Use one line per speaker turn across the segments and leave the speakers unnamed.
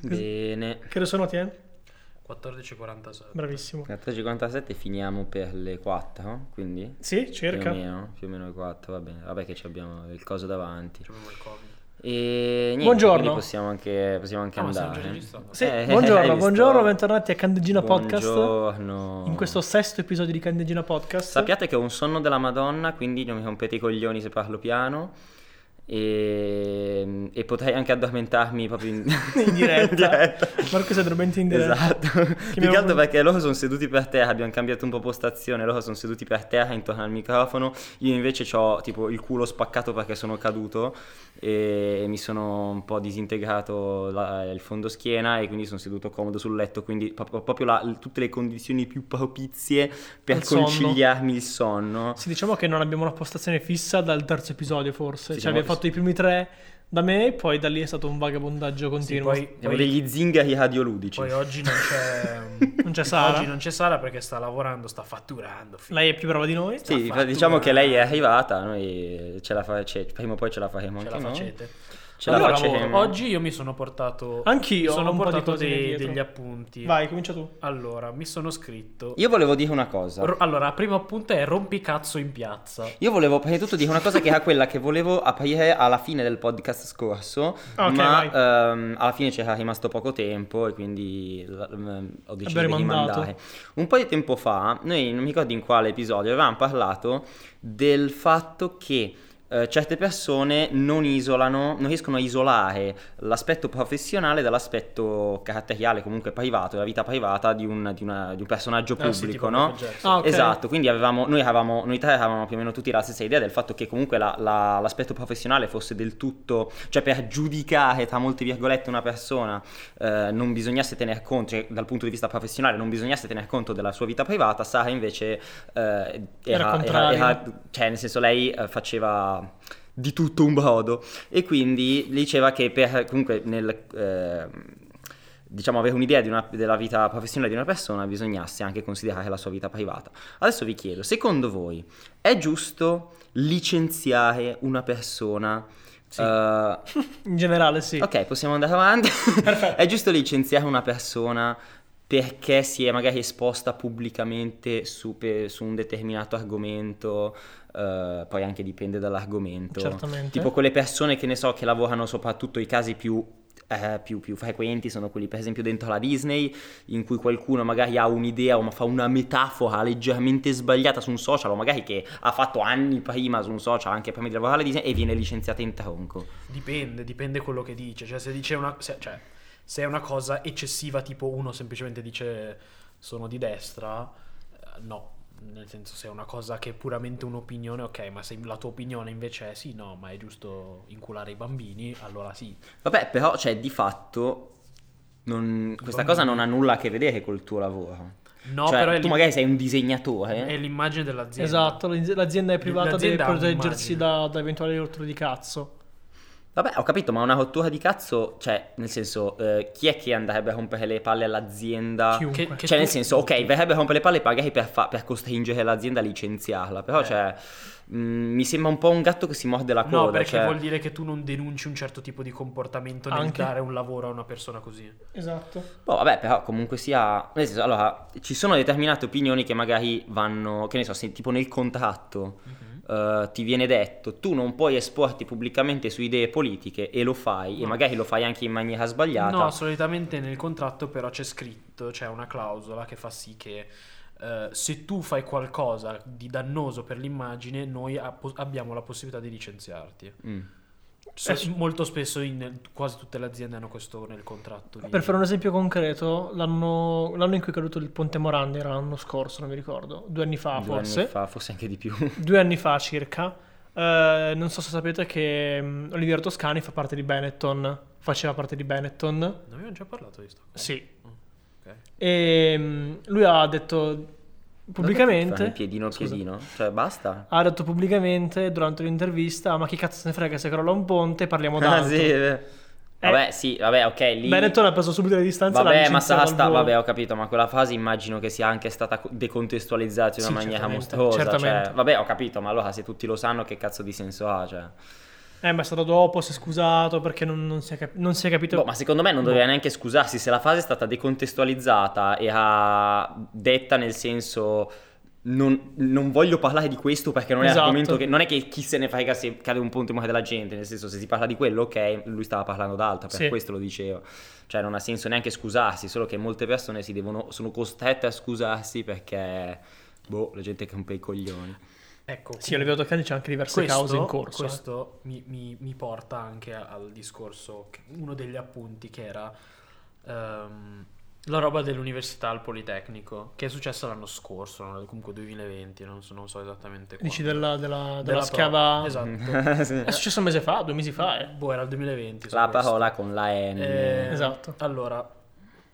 Bene.
Che ore sono, Tien?
14.47.
Bravissimo.
14.47 finiamo per le 4, quindi?
Sì,
Più o
cerca.
meno, più o meno le 4, va bene. Vabbè che ci abbiamo il coso davanti.
Ci abbiamo il Covid.
E niente,
Buongiorno.
quindi possiamo anche, possiamo anche
Ah, ma stiamo già
andare.
registrando?
Sì,
Eh, hai
buongiorno,
visto?
buongiorno, bentornati a Candeggina Podcast.
Buongiorno.
In questo sesto episodio di Candeggina Podcast.
Sappiate che ho un sonno della Madonna, quindi non mi rompete i coglioni se parlo piano. E, e potrei anche addormentarmi proprio in,
In diretta.
In diretta.
Marco si addormenta in diretta.
Esatto. Più
abbiamo-
che altro perché loro sono seduti per terra, abbiamo cambiato un po' postazione, loro sono seduti per terra intorno al microfono, io invece ho tipo il culo spaccato perché sono caduto e mi sono un po' disintegrato la- il fondo schiena e quindi sono seduto comodo sul letto, quindi pro- proprio la- tutte le condizioni più propizie per
Al sonno.
conciliarmi il sonno.
Sì, diciamo che non abbiamo una postazione fissa dal terzo episodio, forse.
Sì,
cioè,
diciamo-
abbiamo fatto i primi tre da me, poi da lì è stato un vagabondaggio
Sì,
continuo.
poi,
Siamo
poi-
degli zingari radioludici.
poi oggi non c'è...
Non c'è Sara.
Oggi non c'è Sara perché sta lavorando, sta fatturando. figlio.
Lei è più brava di noi.
Sì,
la fattura.
diciamo che lei è arrivata, noi ce la fa- ce- prima o poi ce la faremo
Ce la
anche noi.
facete.
Ce
Allora,
la
Lavoro.
facciamo.
Oggi io mi sono portato...
Anch'io
mi sono
ho un po' di
portato
cosine
dei-
dietro.
degli appunti.
Vai, comincia tu.
Allora, mi sono scritto...
Io volevo dire una cosa.
Ro- allora, la prima appunto è rompicazzo in piazza.
Io volevo prima di tutto dire una cosa che era quella che volevo aprire alla fine del podcast scorso,
Ah, Ok, vai.
ma ehm, alla fine c'era rimasto poco tempo e quindi l- ehm, ho deciso di
rimandato.
rimandare. Un po' di tempo fa, noi non mi ricordo in quale episodio, avevamo parlato del fatto che eh, certe persone non isolano, non riescono a isolare l'aspetto professionale dall'aspetto caratteriale, comunque privato, la vita privata di un, di una- di un personaggio
Ah,
Eh,
pubblico,
sì, tipo
no?
Michael Jackson.
Ah, ok.
Esatto, quindi avevamo, noi, eravamo, noi tre avevamo più o meno tutti la stessa idea del fatto che comunque la- la- l'aspetto professionale fosse del tutto, cioè per giudicare tra molte virgolette una persona eh, non bisognasse tener conto, cioè, dal punto di vista professionale non bisognasse tener conto della sua vita privata, Sara invece eh, era,
contraria.
cioè nel senso lei eh, faceva di tutto un brodo e quindi diceva che per comunque nel... eh, Diciamo avere un'idea di una- della vita professionale di una persona bisognasse anche considerare la sua vita privata. Adesso vi chiedo, secondo voi è giusto licenziare una persona? eh,
In generale, sì.
Ok, possiamo andare avanti. è giusto licenziare una persona perché si è magari esposta pubblicamente su, pe- su un determinato argomento, eh, poi anche dipende dall'argomento.
Certamente.
Tipo quelle persone che ne so che lavorano soprattutto i casi più, eh, più- più frequenti sono quelli per esempio dentro la Disney in cui qualcuno magari ha un'idea o ma fa una metafora leggermente sbagliata su un social o magari che ha fatto anni prima su un social anche prima di lavorare alla Disney e viene licenziata in tronco.
Dipende, dipende quello che dice. Cioè, se dice una. Se, cioè, se è una cosa eccessiva, tipo uno semplicemente dice sono di destra, eh, no. Nel senso, se è una cosa che è puramente un'opinione, ok, ma se la tua opinione invece è sì, no, ma è giusto inculare i bambini, allora sì.
Vabbè, però, cioè, di fatto, non- questa cosa non ha nulla a che vedere col tuo lavoro.
No,
Cioè,
però è,
tu
l'i-
magari eh? sei un
è
disegnatore.
l'immagine dell'azienda.
Esatto, l'az- l'azienda è privata,
L'azienda ha
deve proteggersi
un'immagine.
da, da eventuali rotture di cazzo.
Vabbè, ho capito, ma una rottura di cazzo, cioè, nel senso, eh, chi è che andrebbe a rompere le palle all'azienda?
Chiunque.
Che- che
cioè, nel
tu-
senso, ok, verrebbe a rompere le palle magari per, fa- per costringere l'azienda a licenziarla, però,
Eh.
cioè, mh, mi sembra un po' un gatto che si morde la coda.
No, perché
cioè...
vuol dire che tu non denunci un certo tipo di comportamento nel
Anche.
dare un lavoro a una persona così.
Esatto.
Boh, vabbè, però comunque sia. Nel senso, allora, ci sono determinate opinioni che magari vanno. Che ne so, se tipo nel contratto eh, ti viene detto tu non puoi esporti pubblicamente su idee politiche e lo fai, e
No.
magari lo fai anche in maniera sbagliata.
No, solitamente nel contratto però c'è scritto, c'è una clausola che fa sì che eh, se tu fai qualcosa di dannoso per l'immagine, noi ha- po- abbiamo la possibilità di licenziarti.
Mm.
Eh
So- molto spesso in quasi tutte le aziende hanno questo nel contratto. lì.
Per fare un esempio concreto, l'anno, l'anno in cui è caduto il ponte Morandi era l'anno scorso, non mi ricordo, due anni fa
Due
Ah, forse.
anni fa, forse anche di più.
due anni fa circa, eh, non so se sapete che mm, Oliviero Toscani fa parte di Benetton, faceva parte di Benetton,
Non abbiamo già parlato di sto cosa.
sì,
Ok.
e mm, lui ha detto
Dove ti
pubblicamente,
fanno Piedino
Scusa.
piedino. Cioè, basta.
ha detto pubblicamente durante l'intervista, ma chi cazzo se ne frega se crolla un ponte, parliamo d'altro.
Ah, sì, eh. Vabbè, sì, vabbè, ok, lì.
Benetton ha preso subito le distanze, l'ha
Vabbè, ma
licenziato
sarà
al
sta,
volo.
vabbè, ho capito, ma quella frase immagino che sia anche stata co- decontestualizzata in una
Sì,
maniera
certamente,
mostruosa. cioè,
certamente.
vabbè, ho capito, ma allora se tutti lo sanno che cazzo di senso ha? Cioè.
Eh, ma è stato dopo, si è scusato perché non, non si, è cap- non si è capito.
Boh, ma secondo me non doveva neanche scusarsi se la frase è stata decontestualizzata e ha detta nel senso non, non voglio parlare di questo perché non è
Esatto.
l'argomento che non è che chi se ne frega se cade un punto in mano della gente, nel senso se si parla di quello ok, lui stava parlando d'altro, per
Sì.
questo lo diceva. Cioè non ha senso neanche scusarsi, solo che molte persone si devono sono costrette a scusarsi perché boh, la gente campa i coglioni.
Ecco.
Sì, Olivia Toccani c'è anche diverse
questo,
cause in corso. eh.
questo mi, mi- mi porta anche al discorso, che- uno degli appunti che era ehm, la roba dell'università al Politecnico, che è successa l'anno scorso, no? comunque 2020, non so, non so esattamente quando.
eh. Dici della, della, della
Della
schiava.
pro- Esatto.
Sì.
È successo un mese fa, due mesi fa, eh.
Boh, era il 2020. su
La
questo.
parola con la N.
Eh,
Esatto.
Allora,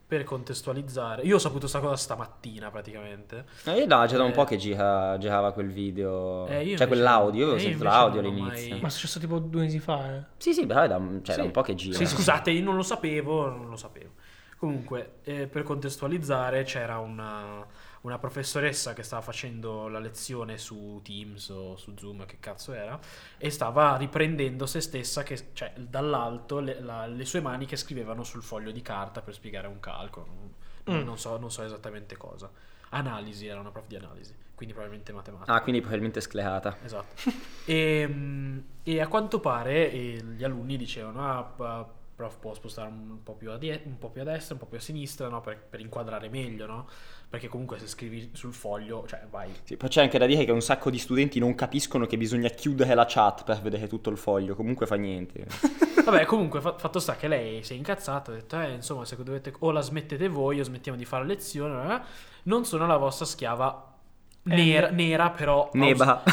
per contestualizzare, io ho saputo sta cosa stamattina praticamente.
Eh, no, c'era un
Eh.
po' che gira- girava quel video,
Eh, io
cioè
invece-
quell'audio, io avevo
eh, io
sentito
invece
l'audio
non ho
all'inizio.
mai-
Ma è successo tipo due mesi fa, eh.
Sì, sì, beh, da, cioè, da
Sì.
un po' che gira.
Sì, scusate, io non lo sapevo, non lo sapevo. Comunque, eh, per contestualizzare, c'era una, una professoressa che stava facendo la lezione su Teams o su Zoom, che cazzo era, e stava riprendendo se stessa, che, cioè dall'alto, le, la- le sue mani che scrivevano sul foglio di carta per spiegare un calcolo. Non,
Mm.
non so, non so esattamente cosa. Analisi, era una prof di analisi, quindi probabilmente matematica.
Ah, quindi probabilmente sclerata.
Esatto. e, mm, e a quanto pare eh, gli alunni dicevano, ah, p- prof può spostare un po' più a, die- un po' più a destra, un po' più a sinistra, no? per, per inquadrare meglio, no? Perché comunque se scrivi sul foglio, cioè vai.
Sì, poi c'è anche da dire che un sacco di studenti non capiscono che bisogna chiudere la chat per vedere tutto il foglio, comunque fa niente.
Vabbè, comunque fa- fatto sta che lei si è incazzata, ha detto, eh, insomma, se dovete, o la smettete voi o smettiamo di fare lezione, bla, bla, bla. non sono la vostra schiava. Nera,
Eh,
nera, però ha, us-
Neba.
ha-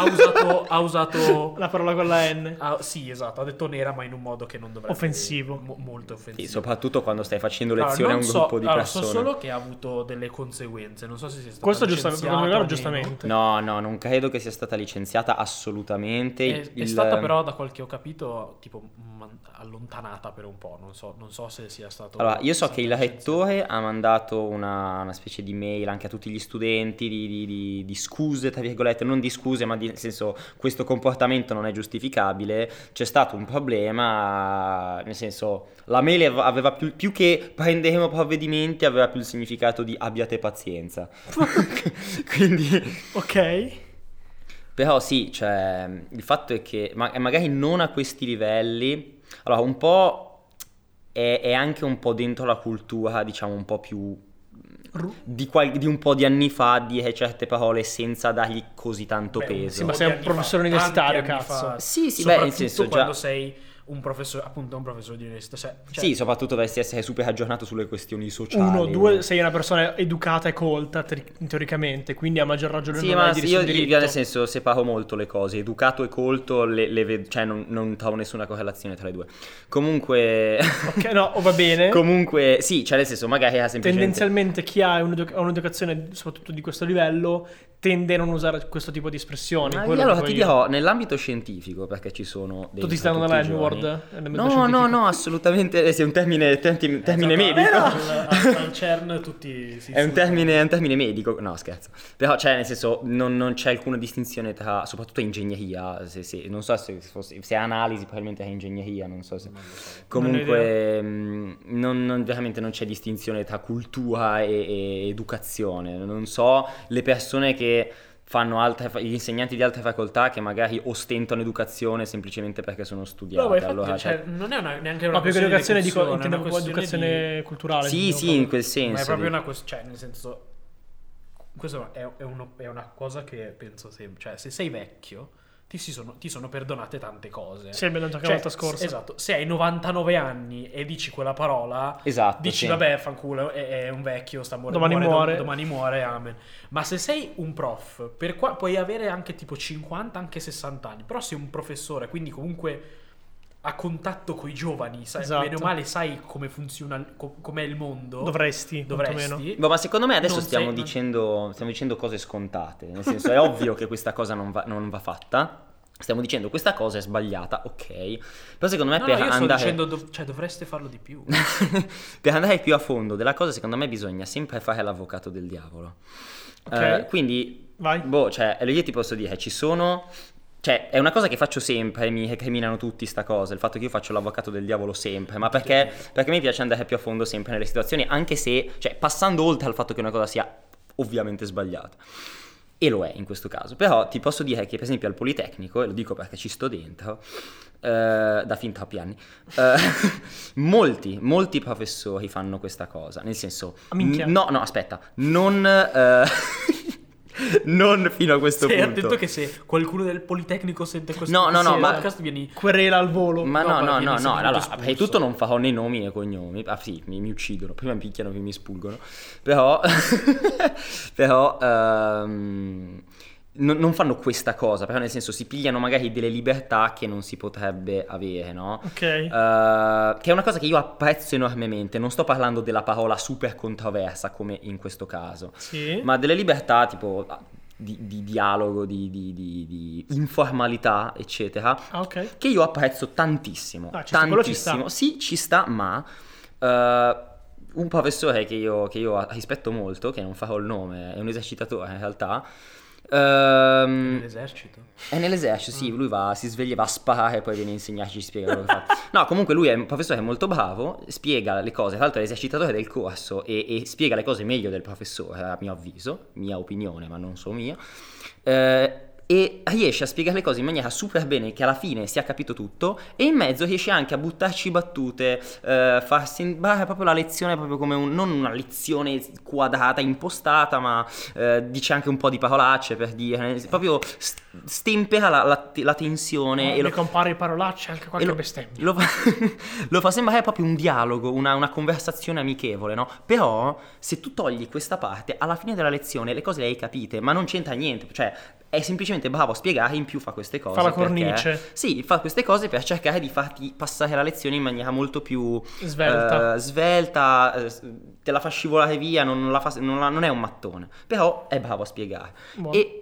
ha usato, ha usato
La parola con la N.
Ah, sì, esatto, ha detto nera, ma in un modo che non dovrebbe
Offensivo.
mo- molto offensivo.
Sì, soprattutto quando stai facendo
Allora,
lezione
non
a un
so-
gruppo di
allora,
persone.
So solo che ha avuto delle conseguenze. Non so se sia stato
Questo giustamente, per quanto mi riguarda,
giustamente.
giustamente.
No, no, non credo che sia stata licenziata assolutamente.
È, è
Il-
stata però, da quel che ho capito, tipo man- allontanata per un po'. Non so, non so se sia stato.
Allora, io so
stata
che il
licenziata.
rettore ha mandato una, una specie di mail anche a tutti gli studenti di, di- di- di scuse, tra virgolette, non di scuse, ma di, nel senso questo comportamento non è giustificabile, c'è stato un problema, nel senso la mail av- aveva più, più che prenderemo provvedimenti, aveva più il significato di abbiate pazienza. Quindi...
Ok.
Però sì, cioè, il fatto è che ma- e magari non a questi livelli, allora un po' è, è anche un po' dentro la cultura, diciamo un po' più
Ru-
di, qual- di un po' di anni fa dire certe parole senza dargli così tanto
Beh,
peso.
sì, ma sei un
Anni
professore
fa,
universitario,
tanti anni
cazzo.
fa.
Sì, sì, beh,
Soprattutto
nel senso,
quando
già-
sei un professore, appunto, un professore di università. Cioè, cioè,
Sì, soprattutto dovresti essere super aggiornato sulle questioni sociali.
Uno, due, sei una persona educata e colta te- teoricamente, quindi a maggior ragione
Sì,
non
ma
hai dire
io
sul
io,
diritto.
nel senso separo molto le cose, educato e colto, le, le ved- cioè non, non trovo nessuna correlazione tra le due. Comunque...
Ok, no, o va bene.
Comunque, sì, cioè nel senso, magari ha semplicemente...
Eh? Tendenzialmente chi ha un'edu- un'educazione, soprattutto di questo livello, tende a non usare questo tipo di espressioni.
Ma
quello
allora
dico
ti
io.
dirò, nell'ambito scientifico, perché ci sono dei...
Tutti stanno dalla N-word?
No, no, no, assolutamente, eh, sì, è un termine, termine, termine
esatto,
medico.
Eh,
Al, al- al CERN tutti si
È un,
insultano.
termine, è un termine medico, no scherzo, però cioè nel senso non, non c'è alcuna distinzione tra, soprattutto ingegneria, se, se- non so se, fosse- se è analisi probabilmente è ingegneria, non so se...
Non lo so.
Comunque mh, non, non- veramente non c'è distinzione tra cultura e, e educazione, non so le persone che fanno altre, fa- gli insegnanti di altre facoltà che magari ostentano educazione semplicemente perché sono studiati.
No, ma infatti,
allora,
cioè,
cioè-
non è una, neanche una
Ma più che educazione,
questione di
dico,
educazione,
intendo
è una
proprio
questione di-
educazione culturale.
sì,
intendo
sì,
proprio.
in quel senso.
Ma è proprio
lì.
una questione, cioè, nel senso, questa è, è uno- è una cosa che penso sempre, cioè, se sei vecchio, ti, si sono, ti sono perdonate tante cose.
Sì, abbiamo detto anche
Cioè,
la volta scorsa.
Esatto, se hai 99 anni e dici quella parola,
Esatto.
dici
sì.
vabbè, fanculo, è, è un vecchio, sta morendo,
Domani muore.
dom- domani muore, amen. Ma se sei un prof, per qua- puoi avere anche tipo 50, anche 60 anni, però sei un professore, quindi comunque a contatto con i giovani, sai,
Esatto.
bene o male sai come funziona, co- com'è il mondo.
Dovresti, quantomeno.
Dovresti.
Boh, ma secondo me adesso
Non
stiamo,
sei- non-
dicendo, stiamo dicendo cose scontate. Nel senso, è ovvio che questa cosa non va, non va fatta. Stiamo dicendo questa cosa è sbagliata, ok. Però secondo me
No,
per
no, io sto
andare.
dicendo, dov- cioè, dovreste farlo di più.
per andare più a fondo della cosa, secondo me bisogna sempre fare l'avvocato del diavolo.
Ok.
Eh, quindi,
Vai.
boh, cioè, allora io ti posso dire, ci sono Cioè, è una cosa che faccio sempre, mi recriminano tutti sta cosa, il fatto che io faccio l'avvocato del diavolo sempre, ma perché, perché mi piace andare più a fondo sempre nelle situazioni, anche se, cioè, passando oltre al fatto che una cosa sia ovviamente sbagliata. E lo è in questo caso, però ti posso dire che per esempio al Politecnico, e lo dico perché ci sto dentro, eh, da fin troppi anni, eh, molti, molti professori fanno questa cosa, nel senso...
Ah, minchia.
n- no, no, aspetta, non... eh, non fino a questo
Sei
punto.
attento Cioè, che se qualcuno del Politecnico sente questo
No, no, no,
questo
ma-
podcast vieni...
eh, Querela al volo.
Ma
No,
no,
guarda,
no,
vieni
no, no,
semplicemente
allora,
espulso.
prima di tutto non farò né nomi né cognomi, ah sì, mi, mi uccidono, prima mi picchiano poi mi spulgono, però, però ehm, non, non fanno questa cosa, però nel senso si pigliano magari delle libertà che non si potrebbe avere, no?
Ok.
Eh, che è una cosa che io apprezzo enormemente, non sto parlando della parola super controversa come in questo caso,
sì.
ma delle libertà tipo ah, di, di dialogo, di, di- di- di informalità, eccetera,
Ah, ok.
che io apprezzo tantissimo.
Ah, ci sta, quello ci
tantissimo. Sì, ci sta, ma eh, un professore che io, che io rispetto molto, che non farò il nome, è un esercitatore in realtà. ehm,
L'esercito.
è nell'esercito, sì, lui va, si sveglia, va a sparare, poi viene a insegnarci, ci spiega quello che fa. No, comunque lui è un professore molto bravo, spiega le cose, tra l'altro è l'esercitatore del corso e, e spiega le cose meglio del professore, a mio avviso, mia opinione, ma non solo mia. Eh, e riesce a spiegare le cose in maniera super bene, che alla fine si è capito tutto, e in mezzo riesce anche a buttarci battute, eh, far sembrare proprio la lezione proprio come un, non una lezione quadrata, impostata, ma eh, dice anche un po' di parolacce per dire, eh, proprio s- stempera la, la- la
E
tensione e
ne
lo,
compare parolacce anche
e
qualche
lo-
bestemmia.
lo fa, lo fa sembrare proprio un dialogo, una, una conversazione amichevole, no? Però se tu togli questa parte, alla fine della lezione le cose le hai capite, ma non c'entra niente, cioè è semplicemente bravo a spiegare, in più fa queste cose.
Fa la
perché-
cornice.
sì, fa queste cose per cercare di farti passare la lezione in maniera molto più
Svelta.
eh, svelta, eh, s- te la fa scivolare via, non, non la fa- non la- non è un mattone, però è bravo a spiegare.
Buono.
E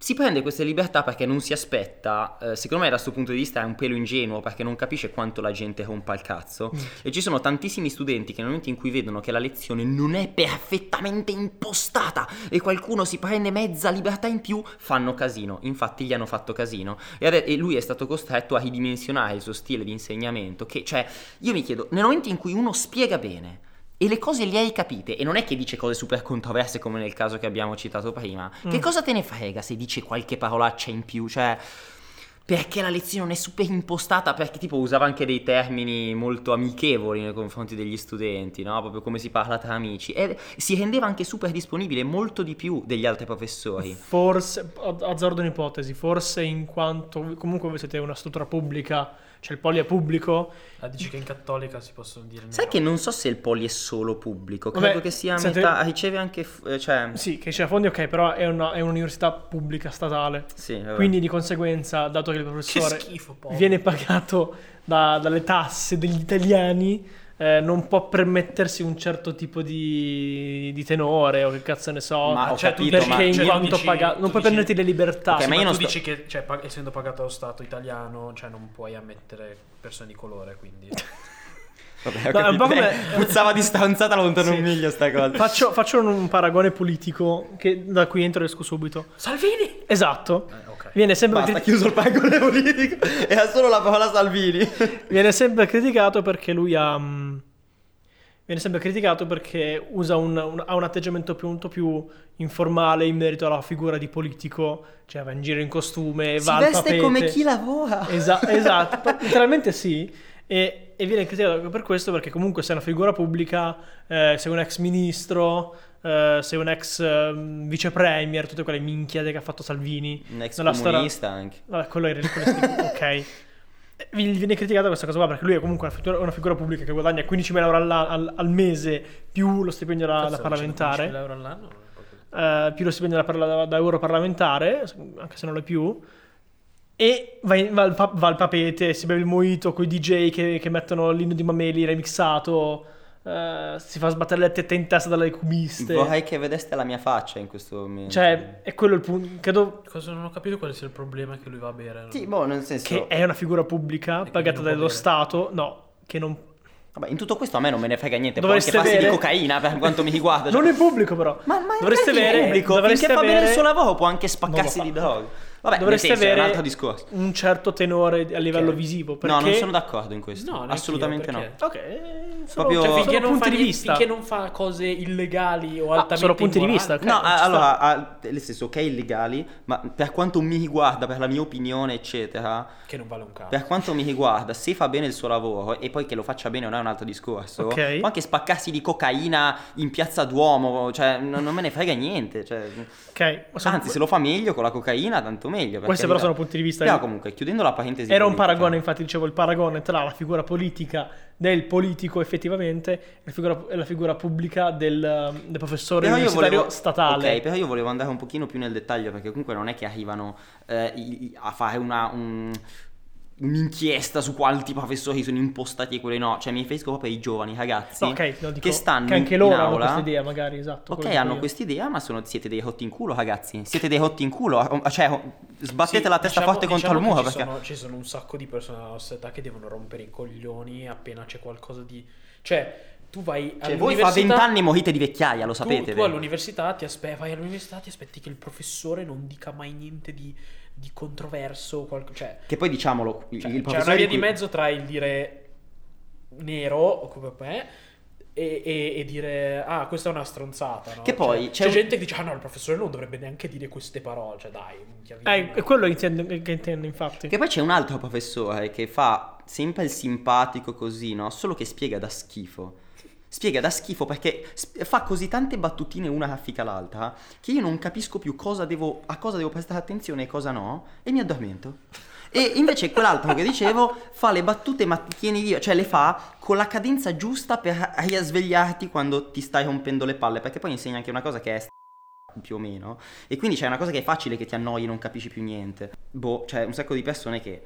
si prende queste libertà perché non si aspetta, eh, secondo me da questo punto di vista è un pelo ingenuo perché non capisce quanto la gente rompa il cazzo e ci sono tantissimi studenti che nel momento in cui vedono che la lezione non è perfettamente impostata e qualcuno si prende mezza libertà in più, fanno casino, infatti gli hanno fatto casino e, ade- e lui è stato costretto a ridimensionare il suo stile di insegnamento che cioè io mi chiedo, nel momento in cui uno spiega bene e le cose le hai capite, e non è che dice cose super controverse come nel caso che abbiamo citato prima,
Mm.
che cosa te ne frega se dice qualche parolaccia in più? Cioè, perché la lezione non è super impostata? Perché tipo usava anche dei termini molto amichevoli nei confronti degli studenti, no? Proprio come si parla tra amici. E si rendeva anche super disponibile molto di più degli altri professori.
Forse, a- azzardo un'ipotesi, forse in quanto comunque voi siete una struttura pubblica, cioè il poli è pubblico,
Ah, dici che in cattolica si possono dire...
Sai
no.
che non so se il poli è solo pubblico,
Vabbè,
credo che sia a
senti-
metà, riceve anche... f- eh, cioè...
sì, che c'è a fondi, ok, però è, una- è un'università pubblica statale.
Sì, vabbè.
Quindi di conseguenza, dato che il
Che
professore
schifo, povero.
viene pagato da- dalle tasse degli italiani, eh, non può permettersi un certo tipo di, di tenore o che cazzo ne so.
Ma ho
cioè, tu
capito,
perché in
ma...
dici- cioè, tu
quanto
dici-
pagato
tu
non puoi
dici-
prenderti le libertà.
Ok,
Ah, Sì,
ma
ma,
io non
tu
sto-
dici che, cioè, pag- essendo pagato dallo Stato italiano, cioè, non puoi ammettere persone di colore, quindi...
Vabbè, ho
No, è un
capito.
po' come-
Eh, puzzava di stronzata lontano un miglio sta cosa.
Faccio, faccio un, un paragone politico che da qui entro e esco subito.
Salvini!
Esatto.
Eh, ok.
Viene sempre,
Basta,
criti-
chiuso il paragone politico. Era solo la parola Salvini.
viene sempre criticato perché lui ha. mh, viene sempre criticato perché usa un, un- ha un atteggiamento più, molto più informale in merito alla figura di politico. Cioè, va in giro in costume, va al tapete.
lavora.
Esa- esatto, pa- letteralmente sì. E, e viene criticato anche per questo perché comunque sei una figura pubblica, eh, sei un ex ministro, eh, sei un ex ehm, vice premier, tutte quelle minchiate che ha fatto Salvini.
Un ex
Nella storia-
comunista anche.
Vabbè, quello era quello è schifo, ok. E vi- Viene criticata questa cosa qua perché lui è comunque una figura, una figura pubblica che guadagna 15.000 euro all'a- al, al mese più lo stipendio da- da,
Cazzo,
parlamentare.
15.000 euro all'anno? non è proprio-
Eh, più lo stipendio da, parla- da- da euro parlamentare, anche se non lo è più, e va, in- va al, pa- va al papete, si beve il mojito con i DJ che, che mettono l'inno di Mameli remixato, eh, si fa sbattere le tette in testa dalle cubiste.
Vorrei che vedeste la mia faccia in questo momento.
Cioè, è quello il punto. Credo
Cosa non ho capito quale sia il problema che lui va a bere.
Sì, boh, nel senso...
che è una figura pubblica
quindi
pagata
non può
dallo
bere.
Stato, no, che non...
Vabbè, in tutto questo a me non me ne frega niente.
Dovreste
Può anche farsi
bere-
di cocaina per quanto mi riguarda. cioè.
Non è pubblico però.
Ma, ma
dovreste
perché è
avere...
pubblico?
dovreste
Finché fa bene il
avere-
suo lavoro può anche spaccarsi
Non
di
lo fa.
droga. Vabbè,
Dovreste
nel senso,
avere
è un altro discorso.
un certo tenore a livello
Ok.
visivo. Perché...
No, non sono d'accordo in questo.
No, neanch'io,
Assolutamente no.
perché?
Ok, sono, cioè,
Proprio- Sono
finché
Finché non,
punti
fa,
di
ni-
vista.
finché non fa cose illegali o
Ah,
altamente
solo punti di
immorali.
vista, ok.
Eh, No,
No,
Eh, ci
a-
sta.
allora, a- nel senso, ok, illegali, ma per quanto mi riguarda, per la mia opinione, eccetera,
che non vale un cazzo.
per quanto mi riguarda, se fa bene il suo lavoro e poi che lo faccia bene non è un altro discorso,
Ok.
può anche spaccarsi di cocaina in piazza Duomo, cioè non, non me ne frega niente. cioè.
Ok, sono-
Anzi, se lo fa meglio con la cocaina, tanto meglio. per
Questi però
carità.
sono punti di vista.
Però comunque, chiudendo la parentesi...
Era un
politica,
paragone, infatti, dicevo, il paragone tra la figura politica del politico effettivamente e la figura, e la figura pubblica del, del professore
Però io
universitario
volevo-
statale.
Ok, però io volevo andare un pochino più nel dettaglio perché comunque non è che arrivano eh, i- i- a fare una, un- un'inchiesta su quanti professori sono impostati e quelli no, cioè mi riferisco proprio ai giovani ragazzi
No, ok, no, dico
che stanno
che anche
in,
loro
in
hanno
aula.
questa idea, magari, esatto.
Ok,
quello dico
hanno
io.
quest'idea, ma sono, siete dei rotti in culo, ragazzi. Siete dei rotti in culo. ah, Cioè, sbattete
Sì,
la testa
diciamo-
forte contro
diciamo
il muro
che
perché.
Ci sono, ci sono un sacco di persone della nostra età che devono rompere i coglioni appena c'è qualcosa di... Cioè, tu vai
Cioè, voi
all'università...
fa vent'anni morite di vecchiaia, lo
tu-
sapete.
Tu,
vero?
all'università ti aspe- vai all'università, ti aspetti che il professore non dica mai niente di, di controverso. qual- cioè,
Che poi diciamolo, il-
cioè,
il
c'è
professore
una via di
cui-
mezzo tra il dire nero, o come è, e, e- e dire ah, questa è una stronzata. no?
Che poi
Cioè,
c'è
c'è,
un-
gente che dice ah no, il professore non dovrebbe neanche dire queste parole. Cioè, dai, minchia,
Eh, è
minchia.
quello che intendo, che intendo, infatti.
Che poi c'è un altro professore che fa sempre il simpatico così, no? Solo che spiega da schifo. Spiega da schifo perché sp- fa così tante battutine una raffica l'altra che io non capisco più cosa devo, a cosa devo prestare attenzione e cosa no e mi addormento. E invece quell'altro che dicevo fa le battute mattutine, di- cioè le fa con la cadenza giusta per risvegliarti quando ti stai rompendo le palle, perché poi insegna anche una cosa che è più o meno. E quindi c'è una cosa che è facile che ti annoi e non capisci più niente. Boh, c'è un sacco di persone che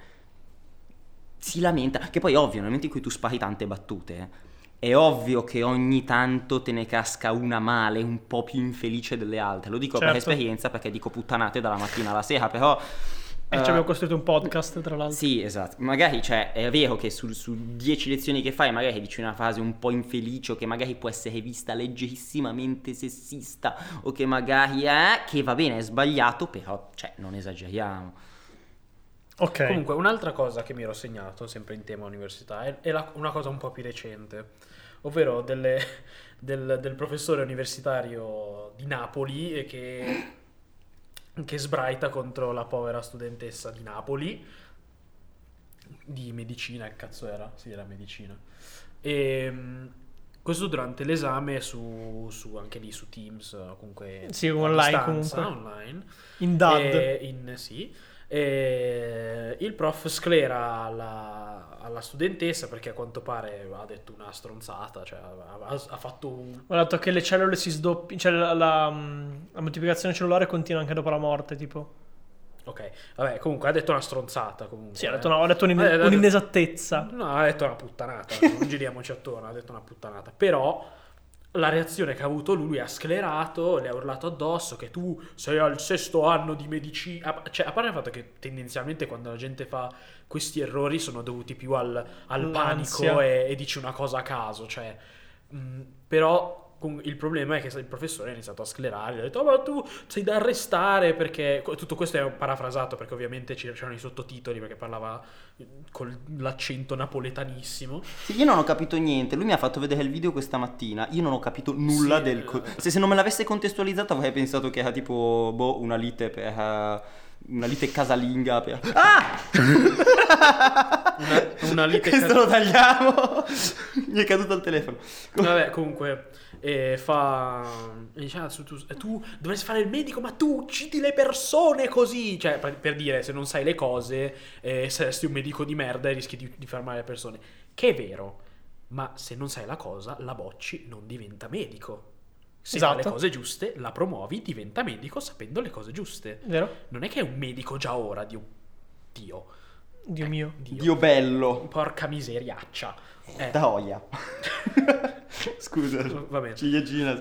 si lamenta. Che poi, ovvio, nel momento in cui tu spari tante battute, è ovvio che ogni tanto te ne casca una male, un po' più infelice delle altre. Lo dico per
Certo.
esperienza perché dico puttanate dalla mattina alla sera, però.
E
eh,
ci abbiamo costruito un podcast, tra l'altro.
sì, esatto. Magari cioè, è vero che su, su 10 lezioni che fai, magari dici una frase un po' infelice, o che magari può essere vista leggerissimamente sessista, o che magari è che va bene, è sbagliato, però cioè, non esageriamo.
Ok.
Comunque, un'altra cosa che mi ero segnato, sempre in tema università, è, è la- una cosa un po' più recente, ovvero delle- del, del professore universitario di Napoli eh, che, che sbraita contro la povera studentessa di Napoli di medicina, che cazzo era? Sì, era medicina. E, mh, questo durante l'esame su, su- anche lì su Teams, o comunque
Sì,
a
online
distanza,
comunque.
online.
in dad.
E in- sì. E il prof sclera alla, alla studentessa perché a quanto pare ha detto una stronzata, cioè ha, ha- ha fatto un...
Ho detto che le cellule si sdoppiano, cioè la, la- la moltiplicazione cellulare continua anche dopo la morte, tipo.
Ok, vabbè, comunque ha detto una stronzata comunque.
Sì, ho
eh.
detto, no, ho detto un'in-
Eh, ha detto-
un'inesattezza.
No, ha detto una puttanata, non giriamoci attorno, ha detto una puttanata. Però la reazione che ha avuto lui ha sclerato, le ha urlato addosso che tu sei al sesto anno di medicina. Cioè, a parte il fatto che tendenzialmente quando la gente fa questi errori sono dovuti più al, al
L'ansia.
panico e, e dici una cosa a caso, cioè... mh, però... con- Il problema è che il professore ha iniziato a sclerare, ha detto: "Oh, Ma tu sei da arrestare perché. Tutto questo è parafrasato perché, ovviamente, ci- c'erano i sottotitoli perché parlava con l'accento napoletanissimo.
Sì, io non ho capito niente. Lui mi ha fatto vedere il video questa mattina. Io non ho capito nulla
Sì,
del.
eh.
co- se, se non me l'avesse contestualizzato, avrei pensato che era tipo. Boh, una lite per. eh, una lite casalinga per. Ah!
Una, una lite
Questo
ca-
lo tagliamo. mi è caduto il telefono.
Vabbè, comunque, eh, fa. Dice, "Ah, su- tu, tu dovresti fare il medico, ma tu uccidi le persone così. Cioè, per, per dire, se non sai le cose, eh, saresti un medico di merda e rischi di, di far male alle persone. Che è vero, ma se non sai la cosa, la bocci non diventa medico. Se fa
Esatto.
le cose giuste, la promuovi, diventa medico sapendo le cose giuste.
Vero?
Non è che è un medico già ora, Dio. Dio.
Dio mio.
Dio bello.
Porca miseriaccia. Eh,
Da oia. Scusa.
va bene.
Ciliegina.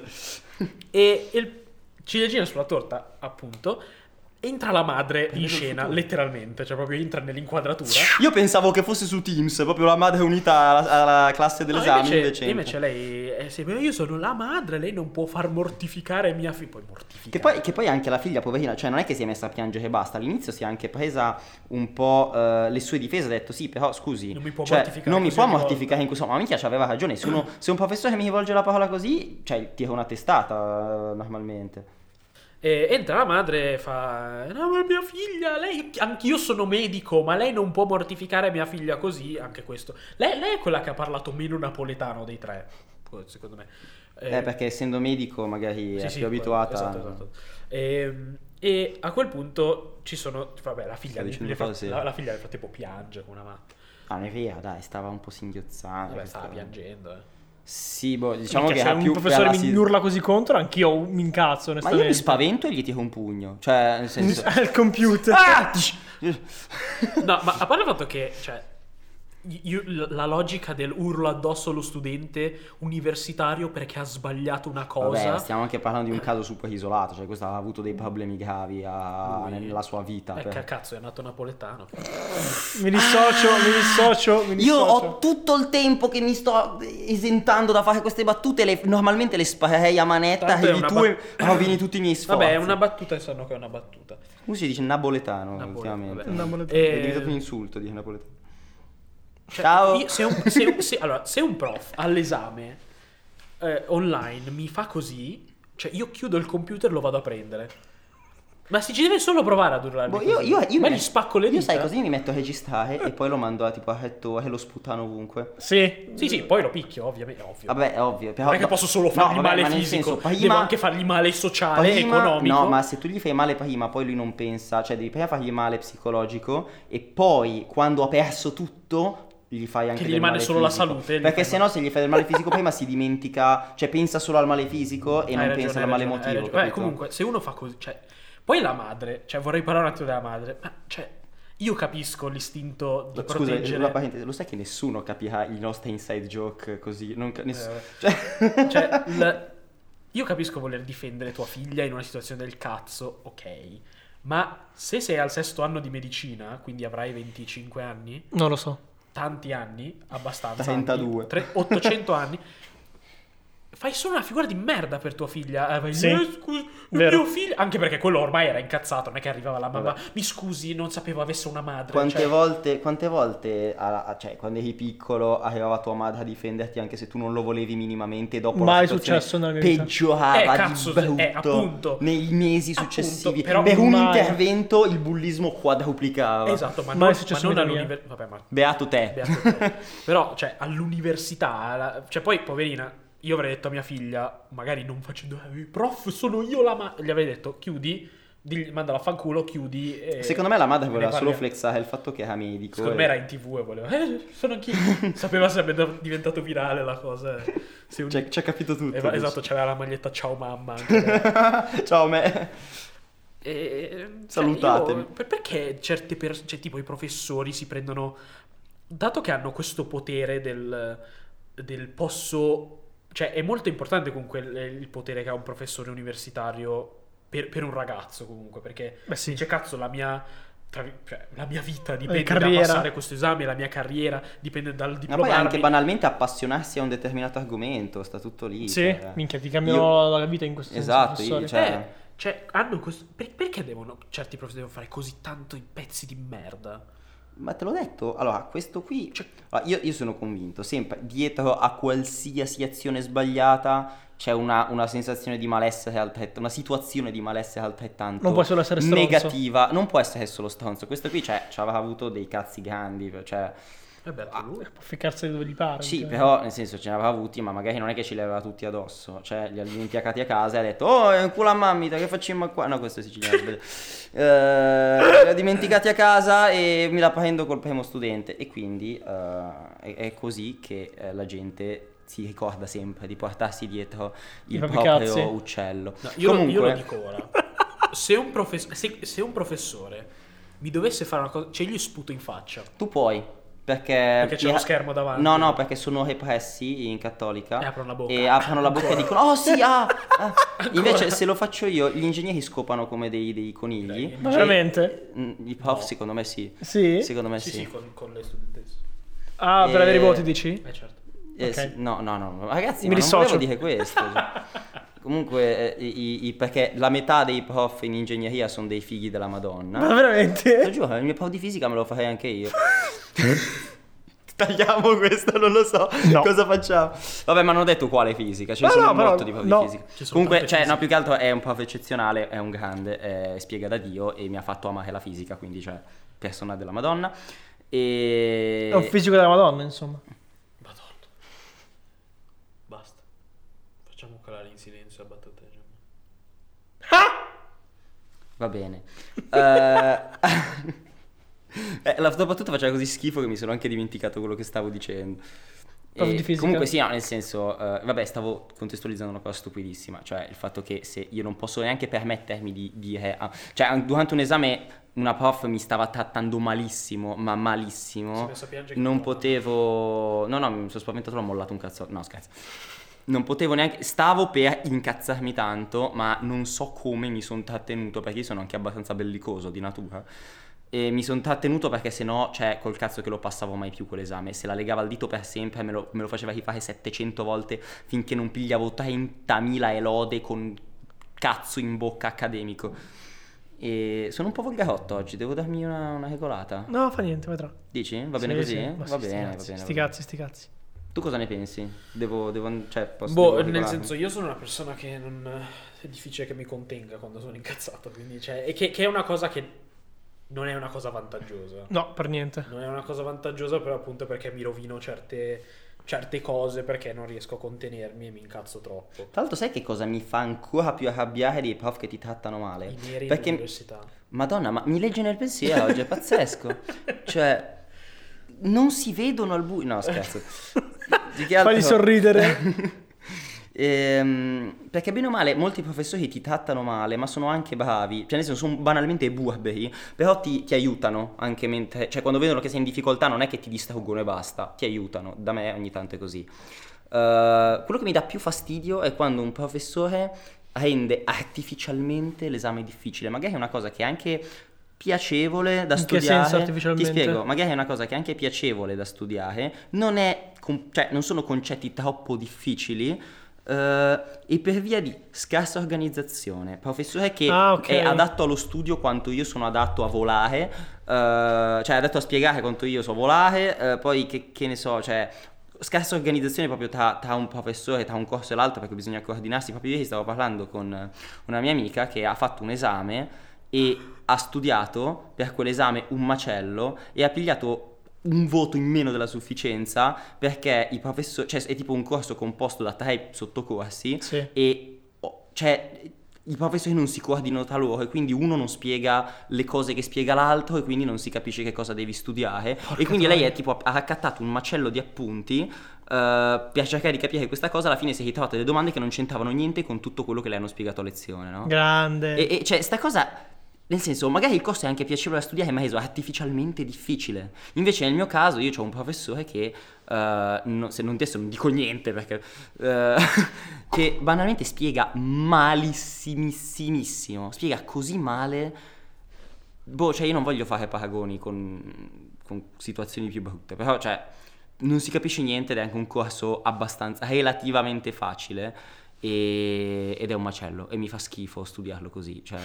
E il ciliegina sulla torta, appunto, Entra la madre in scena, letteralmente, cioè proprio entra nell'inquadratura.
Io pensavo che fosse su Teams, proprio la madre unita alla, alla classe
No,
dell'esame.
invece,
invece,
invece lei è sempre, io sono la madre, lei non può far mortificare mia figlia. Poi mortificare.
Che poi, che poi anche la figlia poverina, cioè non è che si è messa a piangere e basta, all'inizio si è anche presa un po' eh, le sue difese, ha detto sì però scusi,
Non mi può
cioè,
mortificare
non mi
così
può
ogni
mortificare in questo modo, ma minchia c'aveva ragione, se, uno- se un professore mi rivolge la parola così, cioè tira una testata eh, normalmente.
E entra la madre e fa: No, ma mia figlia, lei, anch'io sono medico, ma lei non può mortificare mia figlia così. Anche questo. Lei, lei è quella che ha parlato meno napoletano dei tre, secondo me.
Eh, perché essendo medico magari
sì,
è
sì,
più
que-
abituata.
esatto, esatto. Ehm, E, a quel punto ci sono. Vabbè, la figlia,
Sta dicendo
nel-
una cosa seria.
la, la figlia nel frattempo piange come una matta.
Ah, non è vero, dai, stava un po' singhiozzando.
Vabbè,
Ah, che
stava
stava-
piangendo. eh.
Sì, boh, diciamo
Minchia,
che
se
era
un
più
professore
per
mi
la si-
urla così contro, anch'io mi incazzo,
Ma io mi
onestamente.
spavento e gli tiro un pugno, cioè nel senso...
Al computer.
Ah!
No, ma a parte il fatto che, cioè, io- la logica del urlo addosso allo studente universitario perché ha sbagliato una cosa.
Vabbè, stiamo anche parlando di un caso super isolato, cioè questo ha avuto dei problemi gravi a-
Lui-
nella sua vita.
Eh,
per-
ca- cazzo, è nato napoletano.
Mi dissocio, mi dissocio, mi
Io
dissocio.
ho tutto il tempo che mi sto isentando da fare queste battute, le- normalmente le sparerei a manetta
Tanto è
e di
una
tue
bat-
rovini tutti i miei sforzi.
Vabbè, è una battuta e sanno che è una battuta.
Come si dice napoletano
Napoli,
ultimamente?
vabbè.
Napoletano.
È diventato un
Eh,
insulto dire napoletano.
cioè,
Ciao.
io- se, un, se un- se- allora, se un prof all'esame eh, online mi fa così, cioè io chiudo il computer e lo vado a prendere. Ma si ci deve solo provare ad urlare.
Boh, io, io, io
ma
mi-
gli spacco le
Io
dita.
sai così mi metto a registrare e poi lo mando a tipo a rettore e lo sputano ovunque.
Sì.
Sì, sì, poi lo picchio, ovviamente, ovvio.
Vabbè, è ovvio. Però,
non è che
Ah, no-
posso solo
no,
fargli
vabbè,
male
ma nel
fisico,
senso, prima-
devo anche fargli male sociale,
prima-
Eh, economico.
No, ma se tu gli fai male prima, poi lui non pensa, cioè devi prima fargli male psicologico e poi quando ha perso tutto gli fai anche
gli
del
rimane
male
solo la
fisico.
salute, gli
Perché
fai
se no se gli fai del male fisico prima si dimentica, cioè pensa solo al male fisico e
Hai
non
ragione,
pensa al
hai
male
ragione, hai
emotivo.
ragione. Vabbè,
capito?
comunque, se uno fa così, cioè, poi la madre, cioè, vorrei parlare un attimo della madre, ma, cioè, io capisco l'istinto di
Scusa,
proteggere.
una parentesi, lo sai che nessuno capirà i nostri inside joke così? Non ca- ness-
Eh,
cioè-
vabbè. Cioè, il- io capisco voler difendere tua figlia in una situazione del cazzo, ok. Ma se sei al sesto anno di medicina, quindi avrai 25 anni,
Non lo so.
tanti anni, abbastanza.
32.
anni, tre- 800 anni. Fai solo una figura di merda per tua figlia. Eh, vai,
Sì,
"Eh, scusi,
vero.
mio figlio. Anche perché quello ormai era incazzato, non è che arrivava la mamma. Mi scusi, non sapevo avesse una madre.
Quante
cioè,
volte, quante volte a- a- cioè, quando eri piccolo, arrivava tua madre a difenderti anche se tu non lo volevi minimamente. e Dopo
Mai
la situazione
successo nella mia vita.
peggiorava
Eh, cazzo,
di
eh,
brutto
appunto.
nei mesi
Appunto,
successivi.
però
per un
mai.
intervento il bullismo quadruplicava.
Esatto, ma,
Ma
non,
è successo
ma non
in vita
all'univer- Vabbè, ma
Beato te.
Beato te. Però, cioè, all'università, la- cioè, poi, poverina, io avrei detto a mia figlia, magari non facendo, "Eh, prof, sono io la ma. Gli avrei detto, chiudi, digli- mandala a fanculo, chiudi. e-
Secondo me la madre
ne
voleva solo
parliamo."
flexare il fatto che era medico.
Secondo
e-
me era in tv e voleva, eh, sono anch'io. Sapeva sarebbe diventato virale la cosa. eh. Se un-
C'è, c'è capito tutto.
eh, va-
Cioè, dici.
esatto, c'aveva la maglietta ciao mamma. anche.
Ciao, me.
E- cioè, io-
Salutatemi.
per- perché certe persone, cioè tipo i professori si prendono, dato che hanno questo potere del, del posso, cioè è molto importante comunque il, il potere che ha un professore universitario per, per un ragazzo comunque, perché
Beh, sì.
Cioè,
dice cazzo la mia, tra- cioè, la mia vita dipende da
carriera.
passare questo esame, la mia carriera dipende dal
Ma poi
diplomarmi.
anche banalmente appassionarsi a un determinato argomento, sta tutto lì.
Sì,
cioè.
minchia, ti cambiano la vita in questo senso,
Esatto,
professore.
io- cioè-
Eh, cioè, hanno questo, per- perché devono, certi prof devono fare così tanto i pezzi di merda?
Ma te l'ho detto, allora questo qui,
Cioè-
allora, io, io sono convinto, sempre dietro a qualsiasi azione sbagliata c'è una, una sensazione di malessere altrettanto, una situazione di malessere altrettanto
Non può solo essere stronzo.
negativa, non può essere solo stronzo, questo qui cioè, ci avrà avuto dei cazzi grandi, cioè,
Vabbè, anche lui.
Può ficcarsi dove gli pare.
sì
cioè.
però nel senso ce ne aveva avuti ma magari non è che ce li aveva tutti addosso, cioè li ha dimenticati a casa e ha detto oh è un culo a mammita che facciamo qua, no questo è siciliano, sbagliato. Eh, li ho dimenticati a casa e mi la prendo col primo studente e quindi eh, è, è così che eh, la gente si ricorda sempre di portarsi dietro il
I propri
proprio
cazzi.
uccello.
No, io,
Comunque,
lo, io lo dico ora. Se un,
Eh
profes- se- se un professore mi dovesse fare una cosa, cioè io gli sputo in faccia.
tu puoi. Perché,
Perché c'è
i-
lo schermo davanti.
No, no, perché sono repressi in cattolica.
E aprono la bocca.
E aprono la bocca e dicono, oh sì, ah! ah."
Ancora.
Invece se lo faccio io, gli ingegneri scopano come dei, dei conigli.
Dai,
Ma
E-
veramente?
Mm, I prof
No.
secondo me sì.
Sì?
Secondo me
Sì,
sì.
sì, con, con le studentesse.
Ah, per avere i
Eh,
voti dici?
Eh certo.
Eh,
Ok.
sì, No, no, no, ragazzi,
Mi
ma non volevo
dissocio.
dire questo. cioè. Comunque, eh, i- i- perché la metà dei prof in ingegneria sono dei figli della Madonna.
Ma veramente?
Lo giuro, il mio prof di fisica me lo farei anche io. Tagliamo questo, non lo so
No.
cosa facciamo. Vabbè, ma non ho detto quale fisica, ce ne
No,
sono
no, però-
molto di prof
no.
di fisica.
Ci sono
Comunque,
tante
cioè,
fisiche.
no, più che altro è un prof eccezionale, è un grande, eh, spiega da Dio e mi ha fatto amare la fisica, quindi cioè, persona della Madonna. E...
È un fisico della Madonna, insomma.
Madonna. Basta. Facciamo calare in silenzio la battuta.
Va bene. Eh, eh, la tua battuta faceva così schifo che mi sono anche dimenticato quello che stavo dicendo.
Prof
E
di fisica.
comunque sì, no, nel senso, eh, vabbè, stavo contestualizzando una cosa stupidissima, cioè il fatto che se io non posso neanche permettermi di dire, ah, cioè an- durante un esame una prof mi stava trattando malissimo, ma malissimo, non potevo, no no, mi sono spaventato, l'ho mollato un cazzo, no scherzo, non potevo neanche, stavo per incazzarmi tanto, ma non so come mi sono trattenuto, perché io sono anche abbastanza bellicoso di natura. E mi sono trattenuto perché sennò, cioè, col cazzo che lo passavo mai più quell'esame. Se la legava al dito per sempre, me lo, me lo faceva rifare 700 volte finché non pigliavo 30.000 elode con cazzo in bocca accademico. E sono un po' volgarotto oggi, devo darmi una, una regolata.
No, fa niente, vedrà.
Dici? Va
Sì,
bene così?
sì, ma
Va,
sì, sti
bene, va
cazzi,
bene, va
Sti
bene.
cazzi, sti cazzi.
Tu cosa ne pensi? Devo, devo cioè, posso devo
Boh, nel
regolarmi?
senso, io sono una persona che non. È difficile che mi contenga quando sono incazzato. Quindi, cioè, e che, che è una cosa che. Non è una cosa vantaggiosa.
No, per niente.
Non è una cosa vantaggiosa, però, appunto, perché mi rovino certe, certe cose perché non riesco a contenermi e mi incazzo troppo.
Tra l'altro, sai che cosa mi fa ancora più arrabbiare dei prof che ti trattano male?
Eh,
I neri
Perché-
dell'università.
Madonna, ma mi legge nel pensiero oggi, è pazzesco. Cioè, non si vedono al buio. No, scherzo. Di che
Fagli sorridere.
Ehm, perché bene o male molti professori ti trattano male ma sono anche bravi cioè nel senso sono banalmente burberi però ti, ti aiutano anche mentre cioè quando vedono che sei in difficoltà non è che ti distruggono e basta ti aiutano da me ogni tanto è così Eh, quello che mi dà più fastidio è quando un professore rende artificialmente l'esame difficile magari è una cosa che è anche piacevole da
In che
studiare
senso artificialmente?
ti spiego magari è una cosa che è anche piacevole da studiare, non, è con- cioè, non sono concetti troppo difficili. eh, e per via di scarsa organizzazione, professore che
Ah, ok.
è adatto allo studio quanto io sono adatto a volare, eh, cioè adatto a spiegare quanto io so volare, eh, poi che, che ne so, cioè scarsa organizzazione proprio tra, tra un professore, tra un corso e l'altro perché bisogna coordinarsi. Proprio ieri stavo parlando con una mia amica che ha fatto un esame e ha studiato per quell'esame un macello e ha pigliato un voto in meno della sufficienza perché i professori, cioè è tipo un corso composto da tre sottocorsi
Sì.
e oh, cioè i professori non si coordinano tra loro e quindi uno non spiega le cose che spiega l'altro e quindi non si capisce che cosa devi studiare e quindi lei è tipo ha raccattato un macello di appunti eh, per cercare di capire questa cosa alla fine si è ritrovata delle domande che non c'entravano niente con tutto quello che le hanno spiegato a lezione no?
Grande.
E, e, cioè, sta cosa. Nel senso, magari il corso è anche piacevole da studiare, ma è reso artificialmente difficile. Invece, nel mio caso, io ho un professore che. eh, no- se non adesso non dico niente perché. eh, che banalmente spiega malissimissimissimo. Spiega così male. Boh, cioè, io non voglio fare paragoni con, con situazioni più brutte, però, cioè, non si capisce niente ed è anche un corso abbastanza relativamente facile. e- ed è un macello e mi fa schifo studiarlo così, cioè,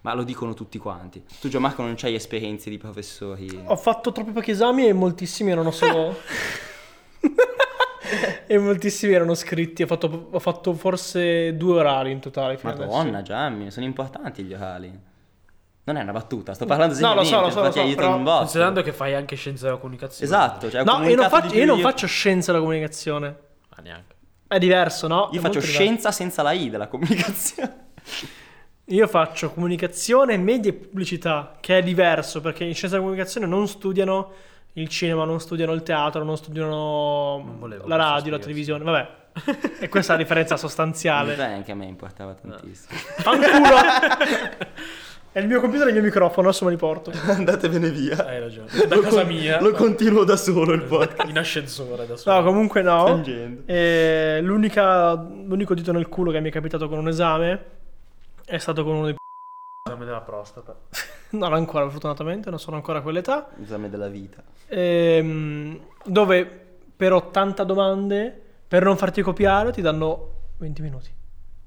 ma lo dicono tutti quanti. Tu, Gianmarco, non hai esperienze di professori.
Ho fatto troppi pochi esami e moltissimi erano solo. e moltissimi erano scritti. Ho fatto, ho fatto forse due orari in totale. Fino
Madonna, Gianni, sono importanti gli orali. Non è una battuta, sto parlando
No, lo so, lo
seriamente,
so, lo
infatti
so,
aiutami
però
un botto.
Considerando che fai anche scienza della comunicazione.
Esatto, cioè, ho
adesso. No, io non,
comunicato
faccio,
di
io non
giuria.
faccio scienza della comunicazione.
Ma neanche.
È diverso, no?
Io
È
faccio
molto diverso.
scienza senza la I della comunicazione.
Io faccio comunicazione, media e pubblicità, che è diverso perché in scienza della comunicazione non studiano il cinema, non studiano il teatro, non studiano
Non volevo
la
questa
radio, la televisione. Vabbè, e questa è la differenza sostanziale.
Beh, anche a me importava tantissimo.
Fanculo! È il mio computer e il mio microfono, adesso me li porto.
Andatevene via.
Eh,
Hai ragione. Da casa mia.
Lo continuo da solo il podcast.
in ascensore adesso.
No, comunque no.
Tangente.
Eh, l'unica, l'unico dito nel culo che mi è capitato con un esame è stato con uno dei...
Esame della prostata.
Non ancora, fortunatamente, non sono ancora a quell'età.
Esame della vita.
Ehm, dove per 80 domande, per non farti copiare, ti danno 20 minuti.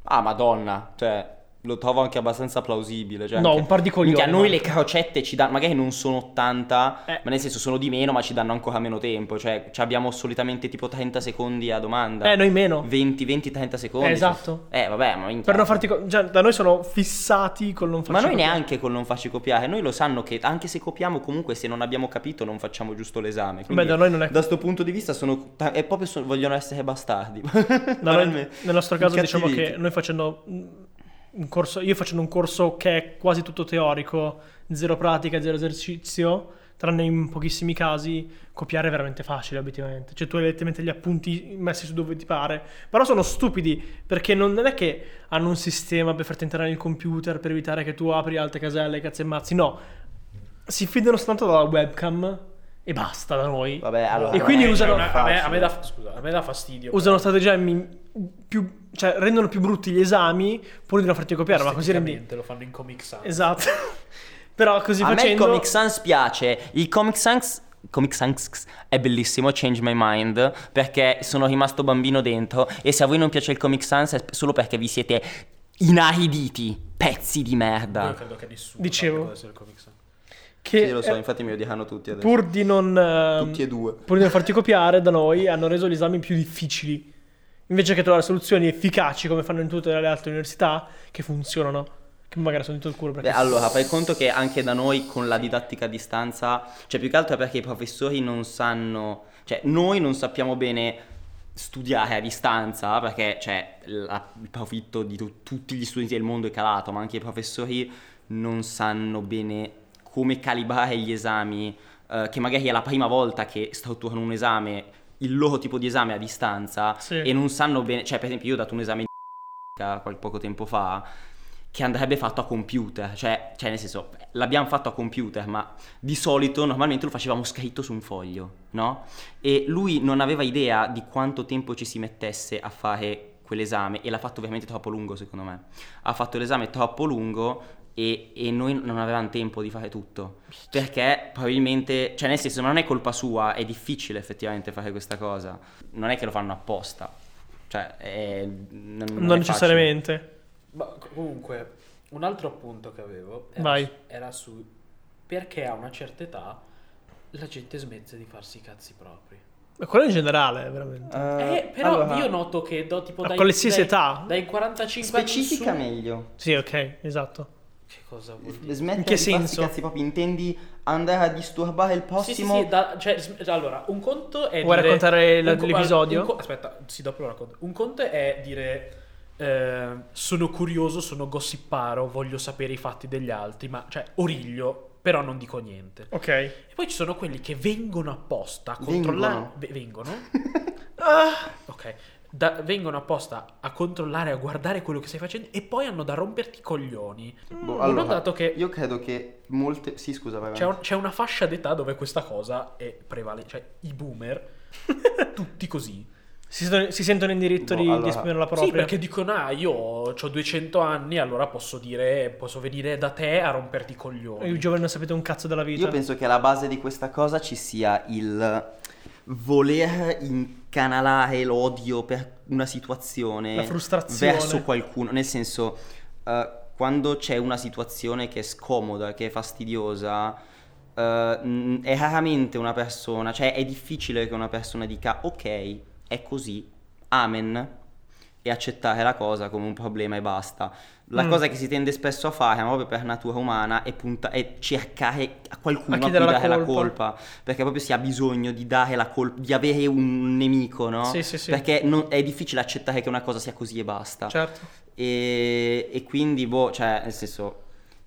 Ah, madonna, cioè lo trovo anche abbastanza plausibile. Cioè
No,
anche-
un par di coglioni,
Minchia, a
ma-
noi le crocette ci danno, magari non sono 80,
Eh.
ma nel senso sono di meno, ma ci danno ancora meno tempo. Cioè, ci abbiamo solitamente tipo 30 secondi a domanda.
Eh, noi meno.
20, 20, 30 secondi.
Eh, esatto.
Eh, vabbè, ma minchia.
Per non farti co- cioè, da noi sono fissati col non farti
Ma noi
copiare.
neanche con non farci copiare, noi lo sanno che anche se copiamo comunque se non abbiamo capito non facciamo giusto l'esame. Quindi,
da noi non è-
Da sto punto di vista sono... ta- è proprio so- vogliono essere bastardi.
Da noi- nel
Banalmente.
nostro caso diciamo
Incattiviti.
che noi facendo un corso, io facendo un corso che è quasi tutto teorico, zero pratica, zero esercizio, tranne in pochissimi casi, copiare è veramente facile obiettivamente. Cioè tu hai letteralmente gli appunti messi su dove ti pare, però sono stupidi perché non, non è che hanno un sistema per farti entrare nel computer, per evitare che tu apri altre caselle, cazzo e mazzi, no. Si fidano soltanto dalla webcam e basta da noi.
Vabbè, allora...
E quindi
vabbè,
usano-
non è
eh, a, me, a,
facile.
me dà, scusa, a me dà fastidio.
usano stratagemmi più, cioè rendono più brutti gli esami pur di non farti copiare, ma così rendi.
Esteticamente, lo fanno in Comic Sans.
Esatto. Però così
a me il
facendo
Comic Sans piace. Il Comic Sans. Comic Sans è bellissimo, change my mind, perché sono rimasto bambino dentro e se a voi non piace il Comic Sans è solo perché vi siete inariditi, pezzi di
Io
merda.
credo che nessuno
Esatto. Dicevo.
sappia cosa sia il Comic Sans.
che eh,
infatti mi odiano tutti
pur di non ehm,
due.
pur di non farti copiare da noi hanno reso gli esami più difficili. Invece che trovare soluzioni efficaci come fanno in tutte le altre università che funzionano, che magari sono dentro il culo perché
Beh, allora, fai conto che anche da noi con la didattica a distanza, cioè più che altro è perché i professori non sanno, cioè noi non sappiamo bene studiare a distanza perché cioè, la- il profitto di tu- tutti gli studenti del mondo è calato, ma anche i professori non sanno bene come calibrare gli esami, eh, che magari è la prima volta che strutturano un esame, il loro tipo di esame a distanza
Sì.
e non sanno bene, cioè per esempio io ho dato un esame di a qual- poco tempo fa che andrebbe fatto a computer, cioè, cioè nel senso l'abbiamo fatto a computer, ma di solito normalmente lo facevamo scritto su un foglio, no? E lui non aveva idea di quanto tempo ci si mettesse a fare quell'esame e l'ha fatto veramente troppo lungo secondo me. Ha fatto l'esame troppo lungo e, e noi non avevamo tempo di fare tutto, perché probabilmente, cioè nel senso ma non è colpa sua, è difficile effettivamente fare questa cosa, non è che lo fanno apposta, cioè è- non, non è
non,
facile.
necessariamente.
Ma co- comunque, un altro appunto che avevo era,
Vai.
su, era su perché a una certa età la gente smette di farsi i cazzi propri.
Ma quello in generale, veramente.
eh, però io noto che do tipo
A
dai,
qualsiasi
dai-
età?
dai 45 anni in su-
Specifica meglio.
Sì, ok, esatto.
Che cosa vuol dire?
Smetti
In che
di farsi
senso?
i cazzi propri, intendi andare a disturbare il
Sì, sì,
prossimo?
sì, da- cioè, sm- allora, un conto è
Vuoi
dire-
raccontare l-
un co-
l'episodio?
un co- aspetta, sì, dopo lo racconto. Un conto è dire eh, sono curioso, sono gossiparo, voglio sapere i fatti degli altri, ma cioè origlio, però non dico niente.
Ok.
E poi ci sono quelli che vengono apposta a
Vengono.
controllare. ve- Vengono. Ah, ok. Da- vengono apposta a controllare, a guardare quello che stai facendo e poi hanno da romperti i coglioni.
Boh,
Ho notato che- Cioè,
Io credo che molte... Sì, scusa, vai
C'è,
avanti.
un- c'è una fascia d'età dove questa cosa è prevalente. Cioè, i boomer, tutti così.
Si, sentono- si sentono in diritto
No,
di, di
Boh, allora-
esprimere la propria.
Sì, perché dicono, ah, io ho 200 anni, allora posso dire, posso venire da te a romperti i coglioni.
I giovani non sapete un cazzo della vita.
Io penso che alla base di questa cosa ci sia il voler incanalare l'odio per una situazione
La frustrazione.
verso qualcuno, nel senso eh, quando c'è una situazione che è scomoda, che è fastidiosa, eh, mh, è raramente una persona, cioè è difficile che una persona dica ok, è così, amen e accettare la cosa come un problema e basta. La
Mm.
cosa che si tende spesso a fare, ma proprio per natura umana, è, punta- è cercare a qualcuno
A
a cui
chi dare la
dare la
colpa.
colpa. Perché proprio si ha bisogno di dare la colpa, di avere un nemico, no?
Sì, sì, sì.
Perché non- è difficile accettare che una cosa sia così e basta.
Certo.
E, e quindi, boh, cioè, nel senso,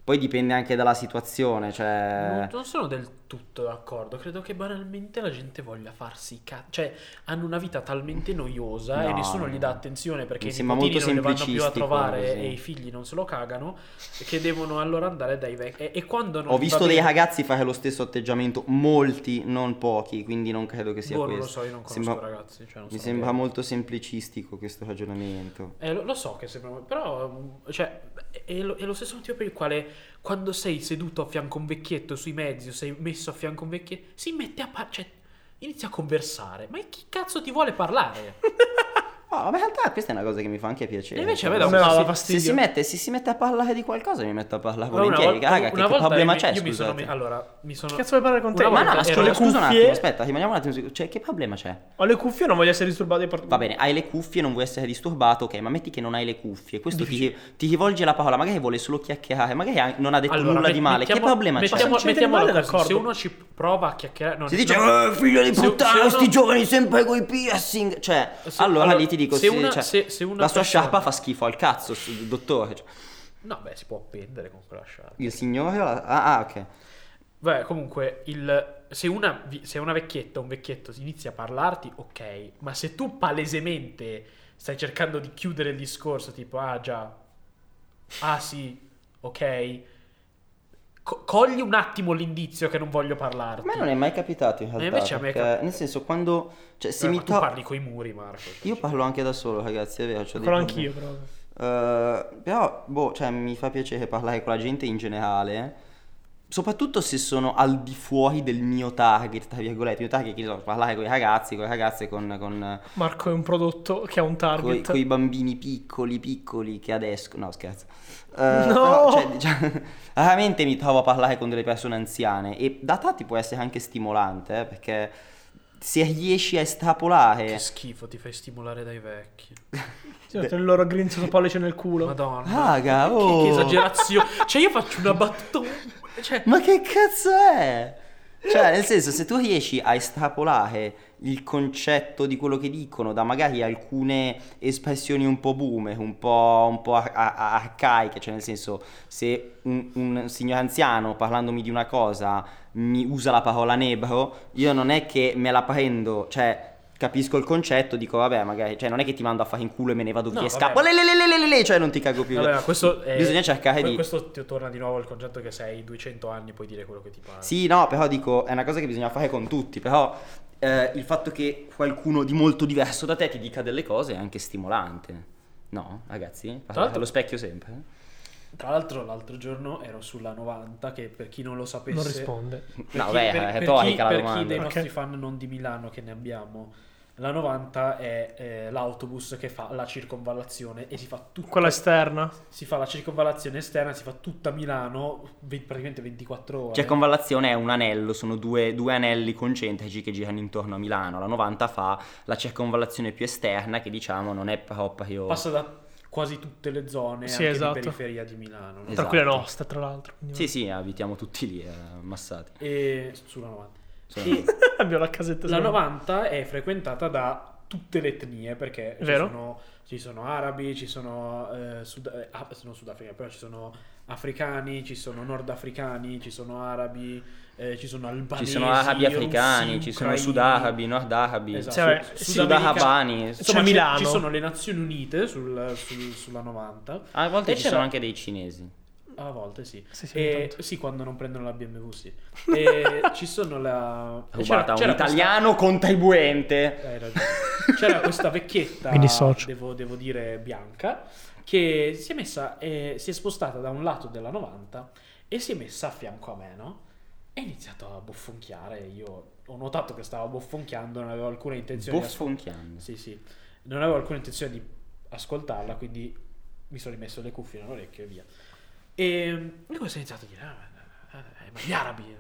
poi dipende anche dalla situazione,
Non,
cioè...
non sono del tutto d'accordo. Credo che banalmente la gente voglia farsi i cazzi. Cioè, hanno una vita talmente noiosa e
No,
nessuno
no.
gli dà attenzione perché
Mi
i
sembra
nipotini
molto
non li vanno più a
semplicistico,
trovare
così.
e i figli non se lo cagano. Che devono allora andare dai vecchi. E, e quando non
Ho
gli
visto
va
dei
bene-
ragazzi fare lo stesso atteggiamento, molti, non pochi, quindi non credo che sia
Boh, non
questo.
lo so, io non conosco
Sembra-
ragazzi. cioè, non
Mi
so
sembra
neanche-
molto semplicistico questo ragionamento.
Eh, lo, lo so che sembra, però mm, cioè, è, lo, è lo stesso motivo per il quale quando sei seduto a fianco a un vecchietto sui mezzi o sei messo a fianco a un vecchietto, si mette a par- cioè, inizia a conversare. Ma chi cazzo ti vuole parlare?
Oh, ma in realtà questa è una cosa che mi fa anche piacere.
E invece a me
Cioè,
dà
A
un
me dava
po'
fastidio.
se, si mette, se si mette a parlare di qualcosa mi metto a parlare
Ma
volentieri.
volta-
Raga, che
volta
problema
io
c'è?
mi- io mi sono
scusate?
me- allora, mi sono
Che cazzo vuoi parlare con te?
Una
Ma
volta
no, ma
ero-
scusa,
le
scusa un
cuffie-
attimo, aspetta, rimaniamo un attimo. su- Cioè, che problema c'è?
Ho le cuffie, non voglio essere disturbato. e Part...
Va bene, hai le cuffie, non vuoi essere disturbato, ok, ma metti che non hai le cuffie, questo ti,
Difficile.
ti rivolge la parola, magari vuole solo chiacchierare, magari ha- non ha detto
Allora,
nulla
met-
di male,
mettiamo-
che problema c'è?
mettiamo,
Ma se non c'è
mettiamola
del male,
così,
d'accordo.
Se uno ci prova a chiacchierare, no,
Si dice, "Eh,
no,
figlio di
se- se
puttana,
uno-
sti giovani sempre coi piercing. Cioè,
Se-
allora,
allora,
lì ti dico,
se
sì,
una-
cioè,
se- se una
la sua
persona-
sciarpa fa schifo al cazzo, s- dottore. Cioè,
No, beh, si può appendere con quella sciarpa.
il signore... o la- Ah, ah, ok.
Vabbè, comunque, il- se, una, vi- se una vecchietta o un vecchietto si inizia a parlarti, ok, ma se tu palesemente stai cercando di chiudere il discorso, tipo, ah già, ah sì, ok, co- cogli un attimo l'indizio che non voglio
A
parlarti. Eh,
me non è mai capitato in realtà.
invece a me è
perché,
capitato.
Nel senso, quando... Cioè, se
Vabbè,
mi
ma tu
to-
parli coi muri, Marco.
Io parlo anche da solo, ragazzi, è vero. c'ho dei
Quello
problemi.
anch'io, però.
Eh, però, boh, cioè, mi fa piacere parlare con la gente in generale. Soprattutto se sono al di fuori del mio target, tra virgolette. Il mio target, che ne so, parlare con i ragazzi, con le ragazze, con- con
Marco è un prodotto che ha un
Coi,
target.
coi bambini piccoli, piccoli che adesso. No, scherzo. Eh,
No!
però, cioè, diciamo, raramente mi trovo a parlare con delle persone anziane. E da tanti può essere anche stimolante, eh, perché se riesci a
Che
estrapolare.
schifo, ti fai stimolare dai vecchi.
Sì, mettono il loro green sotto pollice nel culo.
Madonna.
Raga,
che,
oh.
che esagerazione. cioè, io faccio una battuta... Cioè,
Ma che cazzo è? Cioè, nel senso, se tu riesci a estrapolare il concetto di quello che dicono da magari alcune espressioni un po' boomer, un po', un po' ar- ar- arcaiche, cioè nel senso, se un, un signor anziano parlandomi di una cosa mi usa la parola nebro, io non è che me la prendo, cioè capisco il concetto, dico vabbè, magari, cioè non è che ti mando a fare in culo e me ne vado
No,
via,
vabbè.
scappo, le, le, le, le, le, le, le, cioè non ti cago più.
Vabbè, ma questo è-
Bisogna cercare
que-
di...
Questo ti torna di nuovo al concetto che sei 200 anni puoi dire quello che ti pare.
Sì, no, però dico, è una cosa che bisogna fare con tutti, però eh, il fatto che qualcuno di molto diverso da te ti dica delle cose è anche stimolante. No, ragazzi? Parlate
l'altro-
allo specchio sempre.
Tra l'altro, l'altro giorno ero sulla 90, che per chi non lo sapesse.
Non risponde.
per
No, beh,
chi- per-
è
per chi,
retorica la
per chi
domanda.
dei
Ok.
nostri fan non di Milano che ne abbiamo. La 90 è eh, l'autobus che fa la circonvallazione e si fa tutta
Quella esterna.
si fa la circonvallazione esterna, si fa tutta Milano, ve- praticamente 24 ore.
Circonvallazione Cioè, è un anello, sono due, due anelli concentrici che girano intorno a Milano. La 90 fa la circonvallazione più esterna, che diciamo non è proprio.
Passa da quasi tutte le zone,
Sì,
anche
esatto.
di periferia di Milano. no?
Esatto.
Tra cui la nostra, tra l'altro. Quindi-
Sì, sì, abitiamo tutti lì, eh, ammassati.
E sulla 90.
Sono-
E-
Abbiamo la casetta.
La
sulla-
90 è frequentata da tutte le etnie perché ci
Vero.
sono, ci sono arabi, ci sono, eh, sud, eh, ah, no, Sudafrica, però ci sono africani, ci sono nordafricani, ci sono arabi, eh, ci sono albanesi,
Ci sono arabi
russi,
africani, ci sono
ucraini.
sudarabi, nordarabi,
Esatto.
Cioè,
sud-
Sud-
sudahabani.
C'è
Insomma, ci-
Milano.
Ci sono le Nazioni Unite sul- sul- sulla 90.
A volte
E
ci
c'era-
sono anche dei cinesi.
A volte sì.
Sì, sì, ogni
E-
tanto.
sì, quando non prendono la BMW, sì. E ci sono la... e c'era-
Rubata a un
c'era questa-
italiano contribuente.
Hai ragione. C'era questa vecchietta,
Mi dissocio.
devo, devo dire bianca, che si è messa, eh, si è spostata da un lato della 90 e si è messa a fianco a me, no? E ha iniziato a bofonchiare. Io ho notato che stava bofonchiando, non avevo alcuna intenzione di ascol-
Boffonchiando.
Sì, sì. Non avevo alcuna intenzione di ascoltarla, quindi mi sono rimesso le cuffie nell'orecchio e via. E, e questo ha iniziato a dire, "Ah, ma- eh, ma gli arabi...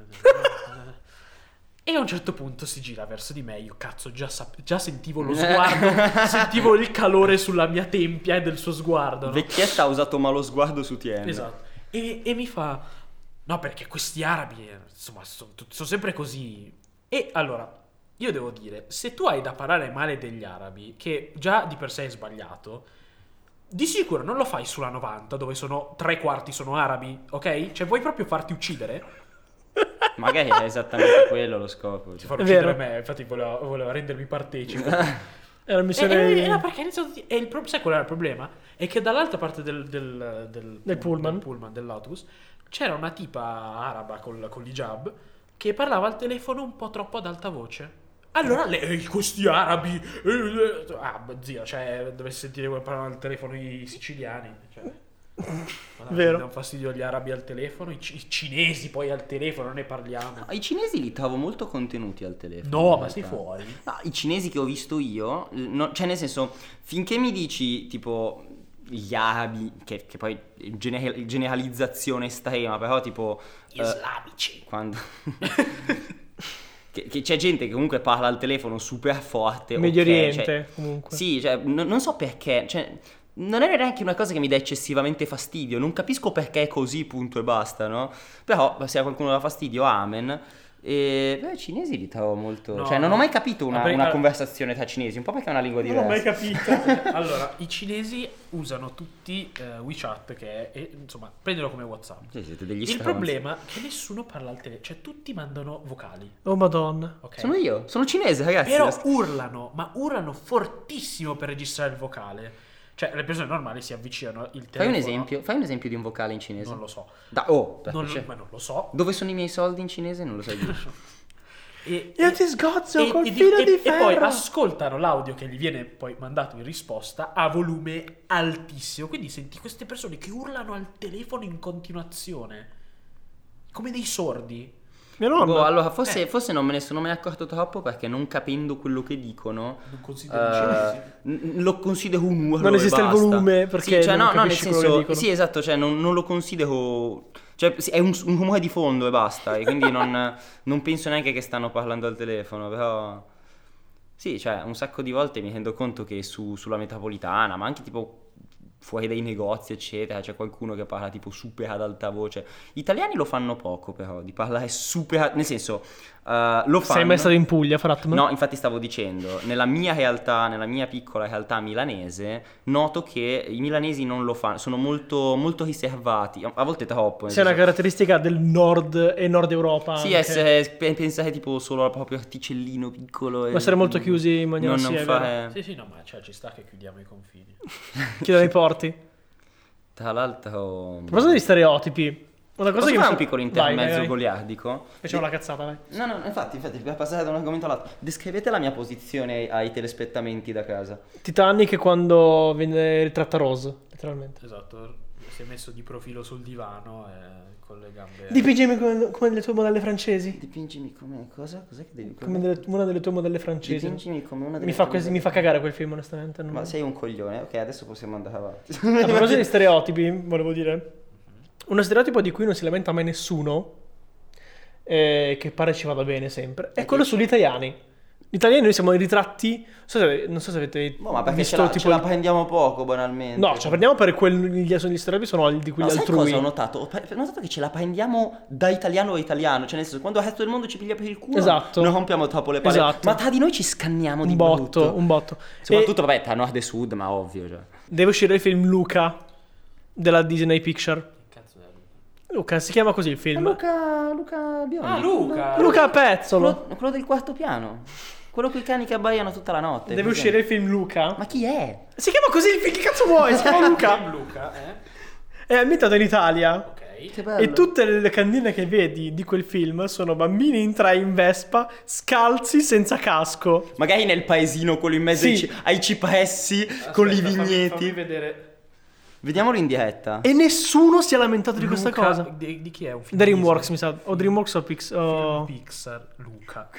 E a un certo punto si gira verso di me, io cazzo già, sap- già sentivo lo sguardo, sentivo il calore sulla mia tempia e del suo sguardo. no?
Vecchietta ha usato malo sguardo su TN.
Esatto. E, e mi fa: No, perché questi arabi, eh, insomma, sono, sono sempre così. E allora, io devo dire, se tu hai da parlare male degli arabi, che già di per sé è sbagliato, di sicuro non lo fai sulla 90, dove sono tre quarti sono arabi, ok? Cioè, vuoi proprio farti uccidere?
Magari è esattamente quello lo scopo.
Ti
cioè.
farò
È
uccidere
vero.
me, infatti voleva, voleva rendermi partecipe.
È una
Eh,
missione...
eh, eh, no, perché ha iniziato di- e il pro- sai qual era il problema? È che dall'altra parte del, del, del-
Del pullman.
del dell'autobus, c'era una tipa araba col, con l'hijab che parlava al telefono un po' troppo ad alta voce. Allora lei, "Ehi, questi arabi, eh, eh." ah, beh, zio, cioè, dovessi sentire come parlano al telefono i siciliani. Cioè. Madonna,
Vero.
mi danno fastidio gli arabi al telefono, i, ci- i cinesi poi al telefono, non ne parliamo.
I cinesi li trovo molto contenuti al telefono.
No,
in
ma stai
realtà.
fuori.
No, I cinesi che ho visto io, l- no- cioè nel senso, finché mi dici tipo gli arabi, che, che poi è gene- generalizzazione estrema, però tipo... eh,
Islamici.
quando... che, che c'è gente che comunque parla al telefono super forte.
Medio
ok, cioè-
Oriente, comunque.
sì, cioè, no- non so perché, cioè, non è neanche una cosa che mi dà eccessivamente fastidio, non capisco perché è così, punto e basta, no? Però se a qualcuno dà fastidio, amen. E beh, i cinesi li trovo molto...
No, ah.
cioè, non
no.
ho mai capito una,
Ma per-
una conversazione tra cinesi, un po' perché è una lingua
Non
diversa.
l'ho mai capito.
allora, i cinesi usano tutti eh, WeChat, che è, e, insomma, prendilo come WhatsApp.
Cioè, siete degli
Il
stronzi.
problema è che nessuno parla al telefono, cioè tutti mandano vocali,
Oh madonna.
ok?
Sono io, sono cinese, ragazzi.
Però
la st-
urlano, ma urlano fortissimo per registrare il vocale. Cioè, le persone normali si avvicinano il telefono.
Fai un esempio, fai un esempio di un vocale in cinese.
Non lo so.
Da- oh, beh,
Non-
cioè,
ma non lo so.
dove sono i miei soldi in cinese? Non lo Boh, sai dire.
E,
Io ti sgozzo col
di-
filo di
e- e poi
ferro.
ascoltano l'audio che gli viene poi mandato in risposta a volume altissimo. Quindi senti queste persone che urlano al telefono in continuazione, come dei sordi.
Mia nonna.
Boh, allora, forse,
Eh.
forse non me ne sono mai accorto troppo perché non capendo quello che dicono.
Non considero i
eh,
cinesi.
n- lo considero un urlo
Non
e
esiste il
basta.
volume, perché
sì, cioè,
non
no, no, nel
capisci quello che
senso,
dicono.
sì, esatto, cioè, non, non lo considero. Cioè, sì, è un, un rumore di fondo e basta. E quindi non, non penso neanche che stanno parlando al telefono, però. Sì, cioè, un sacco di volte mi rendo conto che su- sulla metropolitana, ma anche tipo fuori dai negozi, eccetera, c'è qualcuno che parla tipo super ad alta voce. Gli italiani lo fanno poco, però, di parlare super. a- Nel senso, eh, lo fanno.
Sei mai stato in Puglia, Fratman?
No, infatti stavo dicendo, nella mia realtà, nella mia piccola realtà milanese, noto che i milanesi non lo fanno, sono molto, molto riservati, a a volte troppo. nel
C'è una
senso-
caratteristica del nord e nord Europa.
esatto. Sì,
anche.
essere, pe- pensare tipo solo al proprio articellino piccolo. e-
Ma essere molto chiusi in maniera
non,
sì,
non
è
fare...
Sì, sì, no, ma cioè, ci sta che chiudiamo i confini.
Chiudono i porti. A
Tra l'altro...
proposito di stereotipi, una cosa
Posso
che. mi
fare un
sta-
piccolo
Vai,
intermezzo
vai, vai.
goliardico?
Facciamo la cazzata, vai.
No, no, infatti, infatti, per passare da un argomento all'altro. Descrivete la mia posizione ai, ai telespettamenti da casa.
Titanic è quando viene ritratta Rose, letteralmente.
Esatto, si è messo di profilo sul divano eh, con le gambe.
Dipingimi come, come le tue modelle francesi.
Dipingimi come... cosa? Cos'è che devi...
Come delle- una delle tue modelle francesi.
Dipingimi come una delle
mi, fa
tue
così- mi fa cagare quel film, onestamente. non-
Ma sei un coglione, ok, adesso possiamo andare avanti.
A proposito di stereotipi, volevo dire, uno stereotipo di cui non si lamenta mai nessuno, eh, che pare ci vada bene sempre, è quello sugli italiani. Gli italiani noi siamo i ritratti, non so se, non so se avete
Boh, ma perché ce
visto
la,
tipo...
ce la prendiamo poco, banalmente.
no, ce la prendiamo per quelli, gli gli stereotipi sono di
No,
quelli
cioè. sai
altrui.
cosa ho notato? Ho pa- ho notato che ce la prendiamo da italiano a italiano, cioè nel senso quando il resto del mondo ci piglia per il culo
Esatto.
non rompiamo troppo le palle,
Esatto.
ma tra di noi ci scanniamo di
Un botto,
brutto.
un botto.
Soprattutto vabbè tra nord e sud, ma ovvio, cioè.
E deve uscire il film Luca della Disney Picture.
Cazzo è?
Luca, si chiama così il film.
Luca Eh, Luca Biondi.
Ah, Luca!
Luca Pezzolo.
Quello, quello del quarto piano. Quello con i cani che abbaiano tutta la notte.
Deve
così.
uscire il film Luca.
Ma chi è?
Si chiama così il film, che cazzo vuoi? Si chiama Luca.
Luca, eh?
È ambientato in Italia.
Ok.
Che bello.
E tutte le candine che vedi di quel film sono bambini in tre in Vespa, scalzi senza casco.
Magari nel paesino quello in mezzo
Sì.
ai, ci- ai cipressi con i
Aspetta, fammi-
vigneti.
fammi vedere
Vediamolo in diretta.
E nessuno si è lamentato di questa
Luca-
cosa.
Di, di chi è un film?
Dreamworks,
Disney?
mi sa. O Dreamworks o Pix.
Film
o-
Pixar, Luca.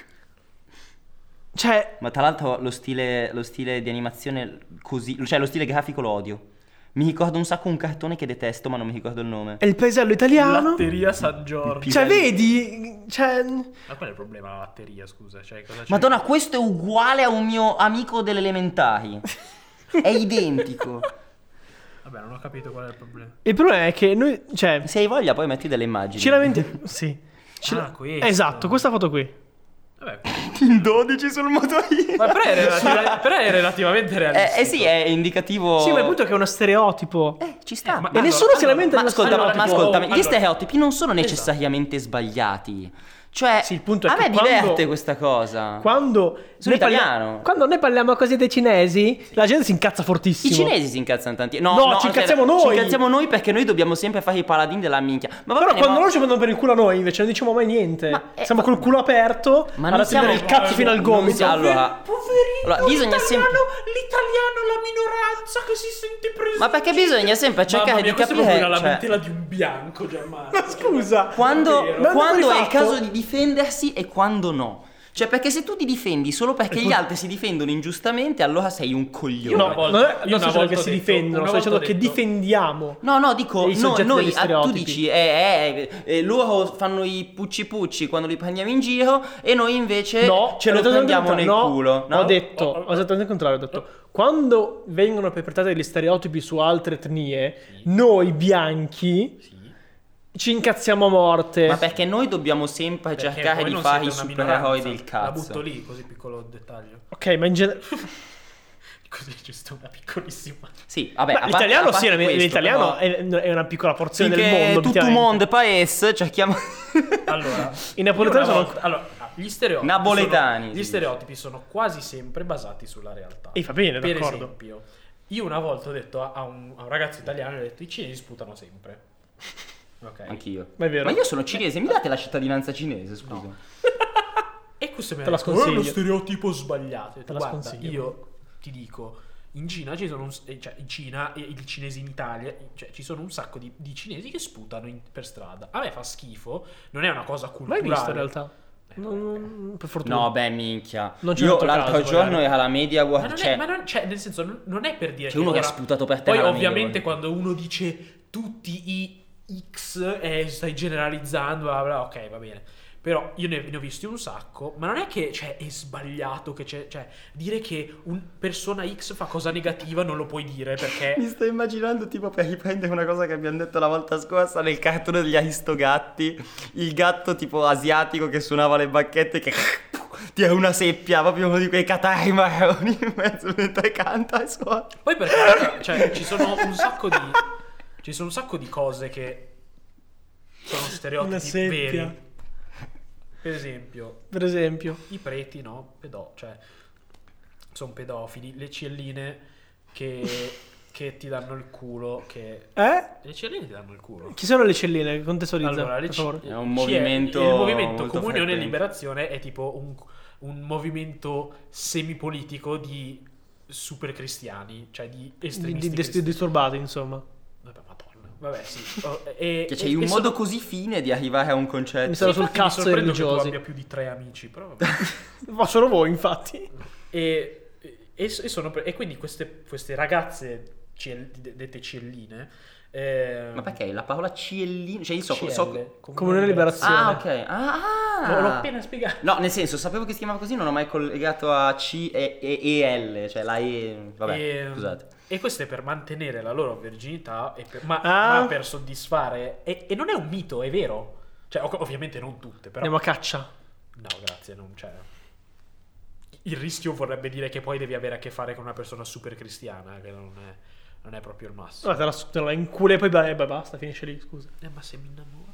Cioè,
Ma tra l'altro lo stile, lo stile di animazione così, cioè lo stile grafico lo odio. Mi ricordo un sacco un cartone che detesto, ma non mi ricordo il nome.
è il paesello italiano.
Latteria San Giorgio.
Cioè, vedi? Cioè.
Ma qual è il problema la latteria, scusa? Cioè, cosa c'è?
Madonna, questo è uguale a un mio amico delle elementari. È identico.
Vabbè, non ho capito qual è il problema.
Il problema è che noi. Cioè,
Se hai voglia, poi metti delle immagini.
ci lamentiamo. sì. Ci
Ah,
la-
questo.
Esatto, questa foto qui.
Vabbè,
In 12 sul motorino.
ma però è, relativ- però è relativamente
Eh,
realistico.
eh sì, è indicativo.
Sì, ma il punto è che è uno stereotipo.
Eh, ci sta.
Eh,
ma...
ma-
e nessuno si lamenta
ma
di questo
ascolta,
allora,
ma
tipo-
ascolta, gli
allora-
stereotipi non sono necessariamente sbagliati. Cioè,
Esatto. Sì, il punto è
a
che
me diverte
quando-
questa cosa.
Quando
Sono
noi parli-
italiano.
quando noi parliamo così dei cinesi, la gente si incazza fortissimo.
I cinesi si incazzano tantissimo.
No, ci incazziamo
aspetta,
noi!
Ci incazziamo noi perché noi dobbiamo sempre fare i paladini della minchia. Ma va
Però
bene,
quando
ma-
loro ci prendono per il culo a noi, invece non diciamo mai niente.
Ma- eh,
siamo
ma-
col culo aperto,
Ma
ma
non
alla
siamo-
il cazzo fino al
non
gomito.
siamo- allora-
Poverino,
Allora, bisogna
l'italiano,
sempre-
l'italiano, la minoranza che si sente presa.
Ma perché bisogna sempre cercare
Mamma
di
mia, questa è
capire.
proprio una
cioè,
lamentela di un bianco, Gianmarco.
Ma scusa,
quando
Davvero? Ma
quando
non
è
l'hai
il caso
fatto?
di difendersi e quando no. Cioè, perché se tu ti difendi solo perché gli altri si difendono ingiustamente, allora sei un coglione.
No,
Una volta-
non, è, non
io una
sto dicendo
volta
che si
ho detto-
difendono,
una
sto
volta
dicendo
ho
che
detto-
difendiamo.
No, no, dico,
E i
no,
soggetti
noi,
degli
ah, tu
stereotipi.
dici, eh, eh, eh, loro fanno i pucci pucci quando li prendiamo in giro e noi invece ce
ho
lo
detto
prendiamo nel
esattamente il contrario.
culo. No?
Ho detto,
Ho- ho-
ho esattamente il contrario, ho detto, quando vengono perpetrati degli stereotipi su altre etnie, noi bianchi
Sì.
ci incazziamo a morte.
Ma perché noi dobbiamo sempre
Perché
cercare
voi
di
non
fare i
siete una
supereroi
minoranza.
del
La
cazzo?
butto lì, così piccolo dettaglio.
Ok, ma in generale...
Così giusto una piccolissima.
Sì, vabbè, a
Ma
parte-
l'italiano
a parte
sì,
questo,
l'italiano
però,
è, è una piccola porzione del
finché
mondo.
tutto il
effettivamente.
mondo paese, cerchiamo
Allora,
I napoletani
io una
sono-
allora, ah, gli stereotipi.
Napoletani,
sono-
sì.
gli stereotipi sono quasi sempre basati sulla realtà.
E va bene,
per
d'accordo.
esempio, io una volta ho detto a, a un, a un ragazzo italiano: ho detto, i cinesi sputano sempre. Ok.
anch'io.
Ma è vero.
Ma io sono cinese, mi date la cittadinanza cinese, scusa.
E questo mi ha
Te la
detto,
sconsiglio.
"Eh, lo stereotipo sbagliato. Ho detto,
Te la
Guarda,
sconsiglio.
io ti dico, in Cina ci sono un, s- eh, cioè in Cina e i cinesi in Italia, cioè ci sono un sacco di, di cinesi che sputano in- per strada. A me fa schifo, non è una cosa
Mai
culturale.
visto in realtà.
Eh,
Non- per fortuna.
No, beh, minchia.
Non ci ho
Io
fatto
l'altro
caso,
giorno
magari.
era alla media,
Ma
guarda,
non
cioè,
è, ma non- cioè, nel senso, non, non è per dire
c'è uno che ha
ora-
sputato per terra.
Poi
la media,
ovviamente
guarda.
quando uno dice tutti i X eh, stai generalizzando, bla bla, ok, va bene. Però io ne, ne ho visti un sacco, ma non è che cioè, è sbagliato che c'è, cioè, dire che un persona X fa cosa negativa non lo puoi dire
Mi
perché
sto immaginando tipo per riprendere una cosa che abbiamo detto la volta scorsa nel cartone degli Aristogatti, il gatto tipo asiatico che suonava le bacchette che ti è una seppia, proprio uno di quei catai marroni in mezzo mentre canta e suona.
poi perché cioè, ci sono un sacco di ci sono un sacco di cose che sono
Una
stereotipi
seppia.
veri. Per esempio,
Per esempio.
i preti, no? Pedo, cioè, sono pedofili. Le cielline che, che ti danno il culo. Che...
Eh?
Le cielline ti danno il culo.
Chi sono le celline? Contestualizza,
Allora, le
per
ci-
favore.
È un
ci-
movimento
Il movimento
molto
Comunione
frequente.
e Liberazione è tipo un, un movimento semipolitico di super cristiani, cioè di
Di-
estremisti.
di- dis-
cristiani.
disturbati, insomma.
Vabbè, madonna. Vabbè, sì. Oh, e-
Che
e-
Cioè, c'è un
e
modo
sono-
così fine di arrivare a un concetto.
Mi sono sul
infatti
cazzo dei
sorprendo che tu
religiosi.
abbia più di tre amici, però vabbè.
Ma solo voi, infatti.
E, e- e sono pre- e quindi queste, queste ragazze ciel- de- dette cielline. ehm,
Ma perché la parola ciellino? Cioè io so...
CL,
so...
Comunione e Liberazione.
Ah, ok. Ah, ah.
L'ho l'ho appena spiegato.
No, nel senso, sapevo che si chiamava così, non ho mai collegato a C e, e- e L, cioè la E. Vabbè,
Ehm,
scusate.
E questo è per mantenere la loro virginità, e per- ma,
Ah.
ma per soddisfare. E, e non è un mito, è vero. Cioè, ov- ovviamente non tutte, però.
Andiamo a caccia.
No, grazie, non c'è. Il rischio vorrebbe dire che poi devi avere a che fare con una persona super cristiana, che non è, non è proprio il massimo.
Allora, te la, te la incula e poi beh, beh, basta, finisce lì, scusa.
Eh, ma se mi innamoro.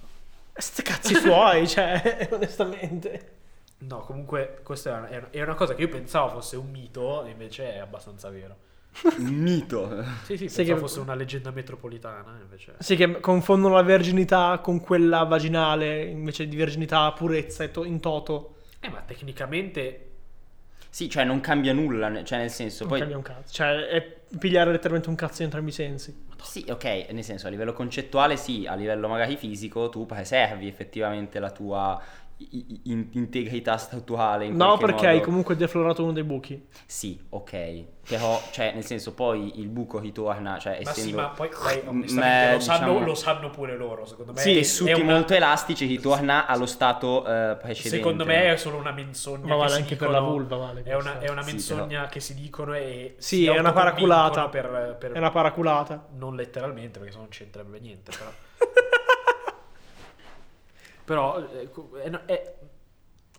Sti cazzi suoi, cioè, onestamente.
No, comunque questa è una, è una- è una cosa che io pensavo fosse un mito, invece è abbastanza vero. ehm.
Un mito.
Sì, sì,
Sì,
pensavo
che-
fosse una leggenda metropolitana, invece.
Sì, che confondono la verginità con quella vaginale, invece di verginità purezza e to- in toto.
Eh, ma tecnicamente
Sì, cioè non cambia nulla, ne- cioè nel senso,
Non
poi...
cambia un cazzo. Cioè, è pigliare letteralmente un cazzo in entrambi i sensi.
Sì, ok, nel senso a livello concettuale sì, a livello magari fisico tu preservi effettivamente la tua i- i- in- integrità statuale. In
No,
qualche
perché hai
modo.
comunque deflorato uno dei buchi.
Sì, ok, però cioè nel senso poi il buco ritorna, cioè
Ma sì,
essendo...
ma poi dai,
m-
onestamente, lo,
eh,
sanno,
diciamo,
lo sanno pure loro, secondo me.
sì,
è-
tessuti
è una-
molto elastici ritorna allo stato eh, precedente.
Secondo me è solo una menzogna.
Ma
che
vale
si
anche per
dicono,
la vulva, vale.
È una, è una
Sì,
menzogna che si dicono e
Sì,
si
è una paraculata.
autoconvincono Per, per-
È una paraculata.
Non letteralmente, perché se no non c'entrerebbe niente. Però, Però, eh, co- eh, no, eh,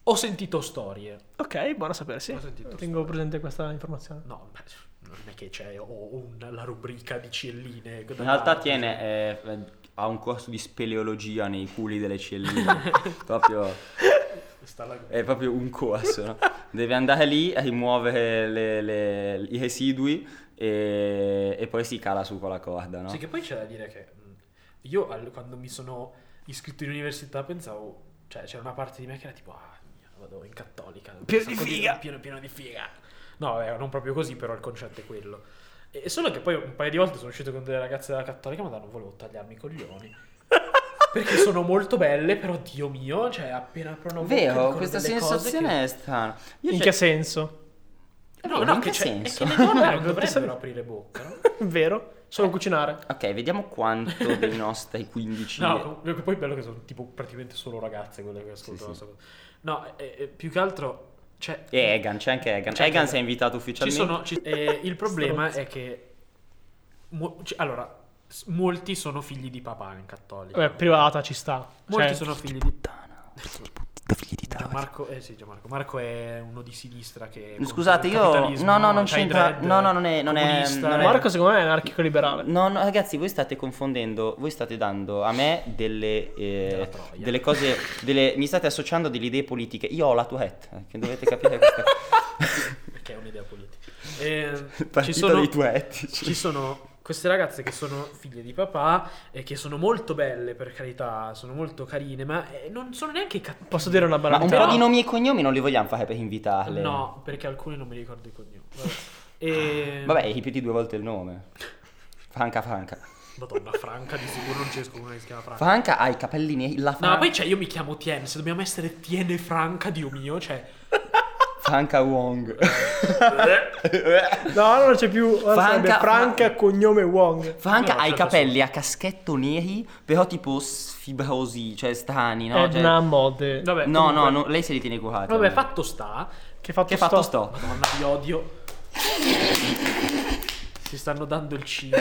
ho sentito storie.
Ok, buona sapersi.
Ho sentito
Tengo presente questa informazione.
No, ma non è che c'è ho un- la rubrica di eh, cielline.
In realtà tiene... eh, ha un corso di speleologia nei culi delle celline. Proprio...
Questa la...
È proprio un coasso, no? Deve andare lì a rimuovere le- le- i residui e, e poi si cala su con la corda, no?
Sì, che poi c'è da dire che mh, io al- quando mi sono iscritto in università pensavo, cioè c'era una parte di me che era tipo, ah, mia, vado in cattolica. un
Pieno di
sacco
figa!
pieno, pieno di figa. No, vabbè, non proprio così, però il concetto è quello. E e solo che poi un paio di volte sono uscito con delle ragazze della cattolica, ma dai, non volevo tagliarmi i coglioni. Perché sono molto belle, però Dio mio, cioè appena aprono bocca
Vero,
dicono
questa
delle cose
sensazione
che-
è strana. Io
In
cioè-
che senso?
è
No,
vero,
no,
in
che,
che
c'è- è
senso?
che le donne
Eh,
non dovrebbero
questo-
aprire bocca, no?
Vero?
Eh.
Solo cucinare.
Ok, vediamo quanto dei nostri 15...
No, comunque poi è bello che sono tipo praticamente solo ragazze quelle che
Cioè,
ascoltano
Sì,
questa cosa. No, eh, eh, più che altro cioè,
E Egan, c'è anche Egan.
C'è anche
Egan
Egan.
si è invitato
ci
ufficialmente.
sono, ci- eh, il problema
Stronzo.
è che mo- ci- allora s- molti sono figli di papà in cattolico.
Vabbè, privata ci sta.
molti
Eh, Cioè,
sono figli di
figli di
Gianmarco, eh sì, Gianmarco. Marco è uno di sinistra che
Scusate,
contro il
io-
capitalismo,
no, no, non
child
c'entra-
red,
no, no, non è- non è-
comunista, eh,
non è-
Marco secondo me è anarchico-liberale.
No, no, ragazzi, voi state confondendo, voi state dando a me delle, eh,
Della troia.
delle cose, delle- mi state associando delle idee politiche. Io ho la Tourette, eh, che dovete capire questa
perché è un'idea politica. Ehm, ci
partito
sono
dei Tourette.
ci sono queste ragazze che sono figlie di papà e che sono molto belle per carità, sono molto carine, ma eh, non sono neanche cattive.
Posso dire una
Ma un
banalità?
po'
Però-
di nomi e cognomi non li vogliamo fare per invitarle.
No, perché alcune non mi ricordo i cognomi. Vabbè. Ehm, E...
Ah, Vabbè, ripeti due volte il nome. Franca, Franca.
Madonna, Franca di sicuro non c'è una che si chiama Franca.
Franca ha i capelli neri, la
No,
Franca.
ma poi c'è, io mi chiamo Tien, se dobbiamo essere Tien e Franca, Dio mio, cioè...
Franca Wong.
No, non c'è più. Ora
Franca-
sarebbe Franca, cognome Wong.
Franca
No,
ha i
certo,
capelli a caschetto neri, però tipo sfibrosi, cioè strani, no? Cioè-
Edna Mode.
Vabbè,
no, no,
comunque-
no, lei se li tiene curati.
Vabbè,
almeno.
fatto sta
Che fatto,
Che
sto.
fatto sto?
Madonna, vi odio. Si stanno dando il 5.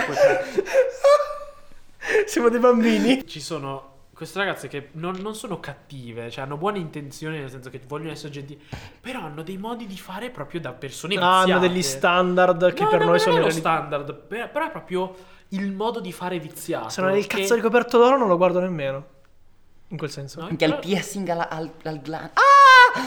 Siamo dei bambini.
Ci sono queste ragazze che non, non sono cattive, cioè hanno buone intenzioni, nel senso che vogliono essere gentili, però hanno dei modi di fare proprio da persone
Ah, hanno
viziate.
degli standard che
No,
per
no,
noi
non
sono
è lo
irreli-
standard, per- però è proprio il modo di fare viziato.
Se non hai il
che-
cazzo di coperto d'oro non lo guardo nemmeno. In quel senso.
No.
Anche al piercing alla- al, al Ah, glan-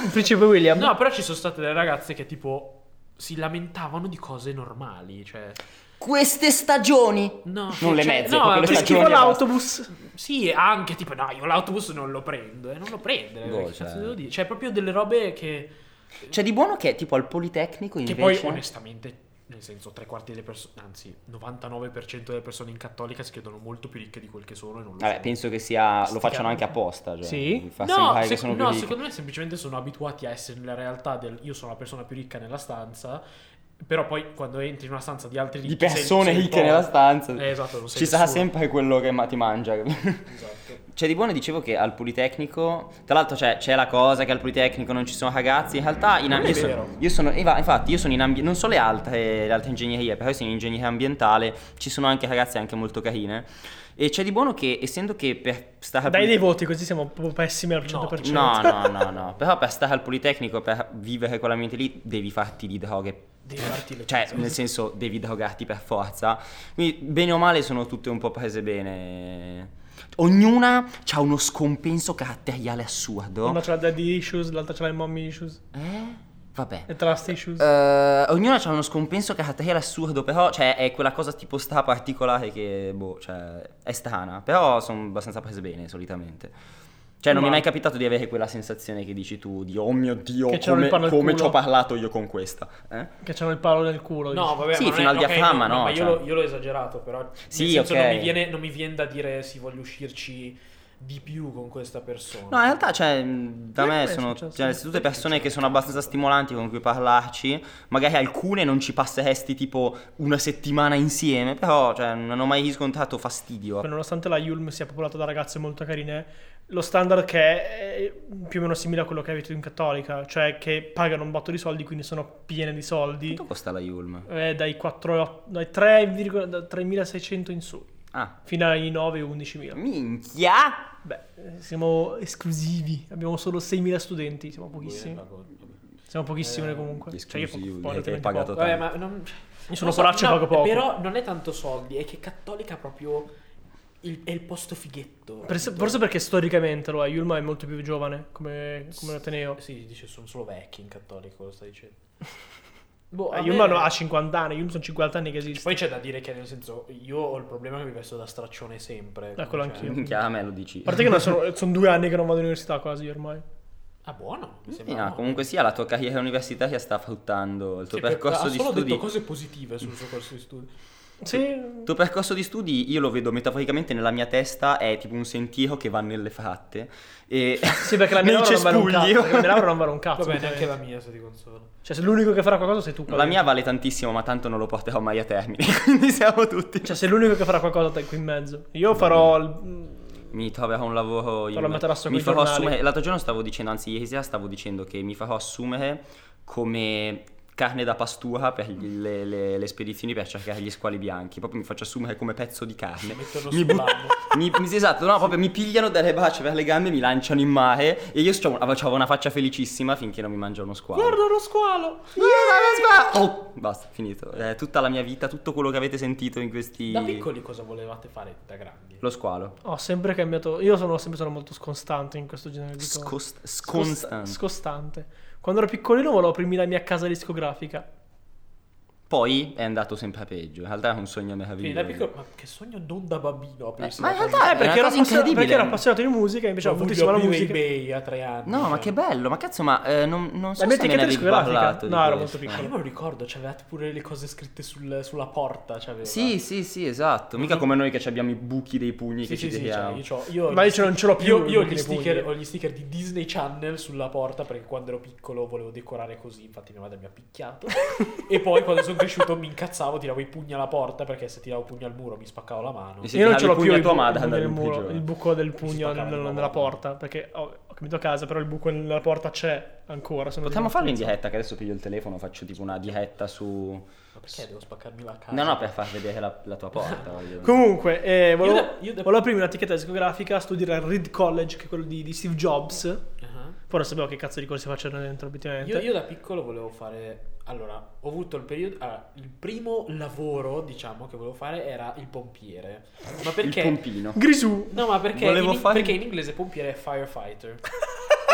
Il principe William.
No, però ci sono state delle ragazze che tipo si lamentavano di cose normali, cioè
Queste stagioni!
No,
Non le
cioè,
mezze,
no,
proprio
ma
le
Che
perché-
schifo
stagioni.
l'autobus.
Sì, e anche tipo, no, io l'autobus non lo prendo, e non lo prendere.
Boh,
che cazzo
cioè-
devo dire? Cioè, proprio delle robe che.
C'è Cioè, di buono che tipo al Politecnico
Che
invece...
poi onestamente, nel senso, tre quarti delle persone, anzi, 99% delle persone in cattolica si credono molto più ricche di quel che sono e non lo
Vabbè,
sono.
penso che sia... lo
Sti
facciano
cavoli.
anche apposta, cioè...
Sì?
Fa
no,
sembrare che
sec-
sono più
no
ricchi.
secondo me semplicemente sono abituati a essere nella realtà del io sono la persona più ricca nella stanza, però poi quando entri in una stanza di altri ricchi
Di
sei-
persone
sei un
ricche
po'-
nella stanza.
Eh, esatto, non sei
Ci sarà
nessuno.
sempre quello che ma- ti mangia.
Esatto.
C'è di buono, dicevo che al Politecnico, tra l'altro c'è, c'è la cosa che al Politecnico non ci sono ragazzi, in realtà in
Non è
ambi- io, sono,
vero.
io sono- eh, va- infatti io sono in ambi- non so le altre, le altre ingegnerie, però io sono in ingegneria ambientale, ci sono anche ragazze anche molto carine e c'è di buono che essendo che per stare al
Dai dei
Politecnico-
voti, così siamo proprio pessimi al 100%.
No, no, no, no, però per stare al Politecnico, per vivere quell'ambiente lì devi farti di droghe
Devi farti le
cioè,
cose.
nel senso, devi drogarti per forza. Quindi, bene o male, sono tutte un po' prese bene. Ognuna ha uno scompenso caratteriale assurdo.
Una ce l'ha daddy issues, l'altra ce l'ha i mommy issues.
Eh? Vabbè.
E trust issues.
Eh, ognuna ha uno scompenso caratteriale assurdo, però, cioè, è quella cosa tipo sta particolare che, boh, cioè, è strana. Però sono abbastanza prese bene, solitamente. Cioè, non
Ma-
mi è mai capitato di avere quella sensazione che dici tu, di oh mio Dio,
Che c'era il
come,
panno al
come
culo.
ci ho parlato io con questa. Eh?
Che c'hanno il palo nel culo.
No,
dici.
vabbè,
Sì,
ma non
fino
è-
al
ok,
diaframma, no,
ma io,
cioè.
l'ho, io l'ho esagerato, però. nel
Sì,
senso,
ok.
non, mi viene, non mi viene da dire si voglio uscirci di più con questa persona.
No, in realtà, cioè, mh, da
Perché
me
è
sono
successo?
cioè, sono tutte persone che sono abbastanza stimolanti con cui parlarci. Magari alcune non ci passeresti tipo una settimana insieme, però cioè, non ho mai riscontrato fastidio.
Poi, Nonostante la Yulm sia popolata da ragazze molto carine, lo standard che è è più o meno simile a quello che avete in cattolica, cioè che pagano un botto di soldi, quindi sono piene di soldi,
Quanto costa la Yulm?
eh, dai, 4, dai 3, virgola- da 3.600 in su,
Ah,
fino ai 9-11.000.
minchia!
Beh, eh, siamo esclusivi, abbiamo solo 6.000 studenti, siamo pochissimi. Siamo pochissimi noi comunque. Cioè io
Eh, esclusivi,
po-
direi che hai
poi
pagato
poco.
Vabbè, ma non.
Io sono
non so,
polacco e
no,
pago poco.
Però non è tanto soldi, è che cattolica proprio il- è il posto fighetto.
Per- forse perché storicamente lo è, Yulma è molto più giovane come, come Ateneo.
Sì, dice sono solo vecchi in cattolico, lo stai dicendo. Boh,
Eh,
a
Yulma
me-
no, ha 50 anni, Yulma sono 50 anni che esiste.
Poi c'è da dire che nel senso, io ho il problema che mi vesto da straccione sempre. Cioè,
Eccolo
quindi,
anch'io.
Minchia, a me lo dici.
A parte che non sono, sono due anni che non vado all'università quasi ormai.
Ah, buono, mi
Sì,
sembra.
no,
buono.
comunque sia, la tua carriera universitaria sta fruttando, il tuo
Sì, perché
percorso
ha
di
solo
studi.
detto cose positive sul suo corso di studi.
Ah, Sì,
Il tuo percorso di studi io lo vedo metaforicamente nella mia testa è tipo un sentiero che va nelle fratte e
sì perché la mia
nei
laurea non vale un cazzo. perché La mia
cespugli.
laurea non vale un cazzo.
Vabbè, neanche la
ovviamente.
mia se ti consola.
Cioè, se l'unico che farà qualcosa sei tu.
La mia vale tantissimo, ma tanto non lo porterò mai a termine, quindi siamo tutti.
Cioè, sei l'unico che farà qualcosa te qui in mezzo. Io farò. il-
Mi troverò un lavoro io.
Farò materasso
mi
coi
farò
giornali.
assumere. L'altro giorno stavo dicendo, anzi, ieri sera stavo dicendo che mi farò assumere come carne da pastura per gli- le, le- le spedizioni per cercare gli squali bianchi. Proprio mi faccio assumere come pezzo di carne.
mettono
Mi,
sul lago.
mi- mi- sì, esatto, no, proprio mi pigliano dalle braccia per le gambe, mi lanciano in mare e io c'ho una- c'ho una faccia felicissima finché non mi mangia uno squalo.
lo squalo!
Yeah, that's my- Oh, basta, finito. Eh, tutta la mia vita, tutto quello che avete sentito in questi.
Da piccoli cosa volevate fare da grandi?
Lo squalo.
Ho sempre cambiato. Io sono sempre stato molto scostante in questo genere di cose.
Scost-
Scost-
sconstant.
Scostante. Quando ero piccolino volevo aprirmi la mia casa discografica.
Poi è andato sempre peggio. In realtà è un sogno
Quindi
meraviglioso.
da piccolo, ma che sogno non da bambino
Eh,
aprirsi
ma in
la
realtà
Eh,
è una
perché ero,
cosa
appassionato,
incredibile.
perché ero appassionato di musica e mi piaceva
Ho voluto
moltissimo la
aprire
musica.
eBay a tre anni.
No, ma
cioè.
che bello, ma cazzo, ma eh, non, non so
mia
se me ne
etichetta
avevi
discografica?
parlato. di
No, ero
questo.
molto
Ah, io
piccolo.
me lo ricordo, c'avevate pure le cose scritte sul- sulla porta. cioè, C'aveva.
Sì, sì, sì, esatto. Mica come noi che abbiamo i buchi dei pugni
Sì,
che
sì,
ci
sì,
tiriamo.
cioè, io c'ho- io ho
Ma
gli
io ce l'ho-
sti-
ce l'ho più,
Io, io ho,
quindi
gli
le
sticker,
pugni.
ho gli sticker di Disney Channel sulla porta perché quando ero piccolo volevo decorare così. Infatti, mia madre mi ha picchiato. e poi quando sono cresciuto mi incazzavo, tiravo i pugni alla porta perché se tiravo i pugni al muro mi spaccavo la mano.
Mi si- Se
Io non
tiravi
ce l'ho
il
più
pugno a
il,
tua
bu-
madre,
il
andavi
del
in
muro,
prigione.
il buco del
Si
pugno
spaccava
nel-
la
nella
mamma.
porta. Perché ho, ho capito a casa, però il buco nella porta c'è ancora. se non
Potremmo farlo in
dimentico.
diretta, che adesso piglio il telefono, faccio tipo una diretta su.
Ma perché devo spaccarmi la casa?
No, no, per far vedere la, la tua porta. voglio-
Comunque, eh, volevo,
Io da- io da-
volevo aprirmi un'etichetta discografica, studiare al Reed College, che è quello di, di Steve Jobs. Poi
Ah.
non sapevo che cazzo di corsi facciano dentro, obiettivamente.
Io, io da piccolo volevo fare. Allora, ho avuto il periodo. allora, il primo lavoro, diciamo, che volevo fare era il pompiere. Ma perché?
Il pompino.
Grisù.
No, ma perché,
Volevo
in,
fare-
perché in inglese pompiere è firefighter.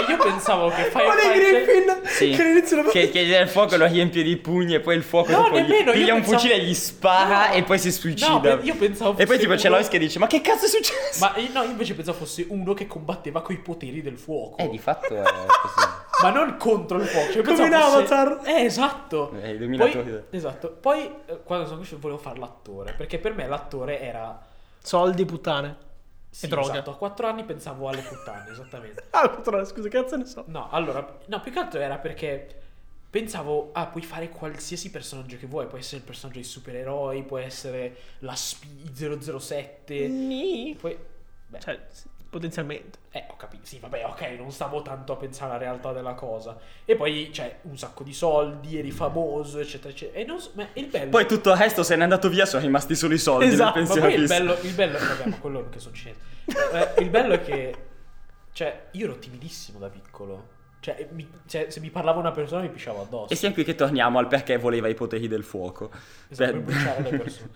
e io pensavo che
Come dei
firefighter.
Griffin
Sì.
che all'inizio lo
che, che il fuoco lo riempie di pugni e poi il fuoco
No,
tipo gli-
nemmeno, io
piglia un
pensavo-
fucile e gli spara
No.
e poi si
No,
suicida.
pe- io pensavo
e poi
fosse
tipo c'è
uno-
Lois che dice "Ma che cazzo è successo?"
Ma io- no, io invece pensavo fosse uno che combatteva coi poteri del fuoco.
Eh, di fatto è così.
ma non contro il fuoco. Cioè,
Come
pensavo
in
fosse-
Avatar.
Eh, esatto.
Eh, i dominatori.
Poi, esatto. Poi, eh, quando sono cresciuto, volevo fare l'attore. Perché per me l'attore era.
Soldi, puttane.
Sì,
e droga.
esatto. A 4 anni pensavo alle puttane, esattamente.
Ah, controllo, scusa, cazzo ne so.
No, allora, no, più che altro era perché pensavo, ah, puoi fare qualsiasi personaggio che vuoi, può essere il personaggio dei supereroi, può essere la spi-
Eh.
Mm.
007,
Ni.
poi... Beh,
Cioè, s- potenzialmente.
eh, ho capito, sì, vabbè, ok, non stavo tanto a pensare alla realtà della cosa. E poi, cioè, un sacco di soldi, eri famoso, eccetera, eccetera. E non so, ma il bello...
Poi tutto il resto se n'è andato via, sono rimasti solo i soldi.
Esatto,
nel
ma
pensiero
Ma poi il
fisso.
bello, il bello, vabbè, ma quello che sono cinese. Eh, il bello è che, cioè, io ero timidissimo da piccolo. Cioè, mi- cioè, se mi parlava una persona mi pisciavo addosso.
E siamo qui che torniamo al perché voleva i poteri del fuoco.
Esatto, per
Per-
bruciare le persone.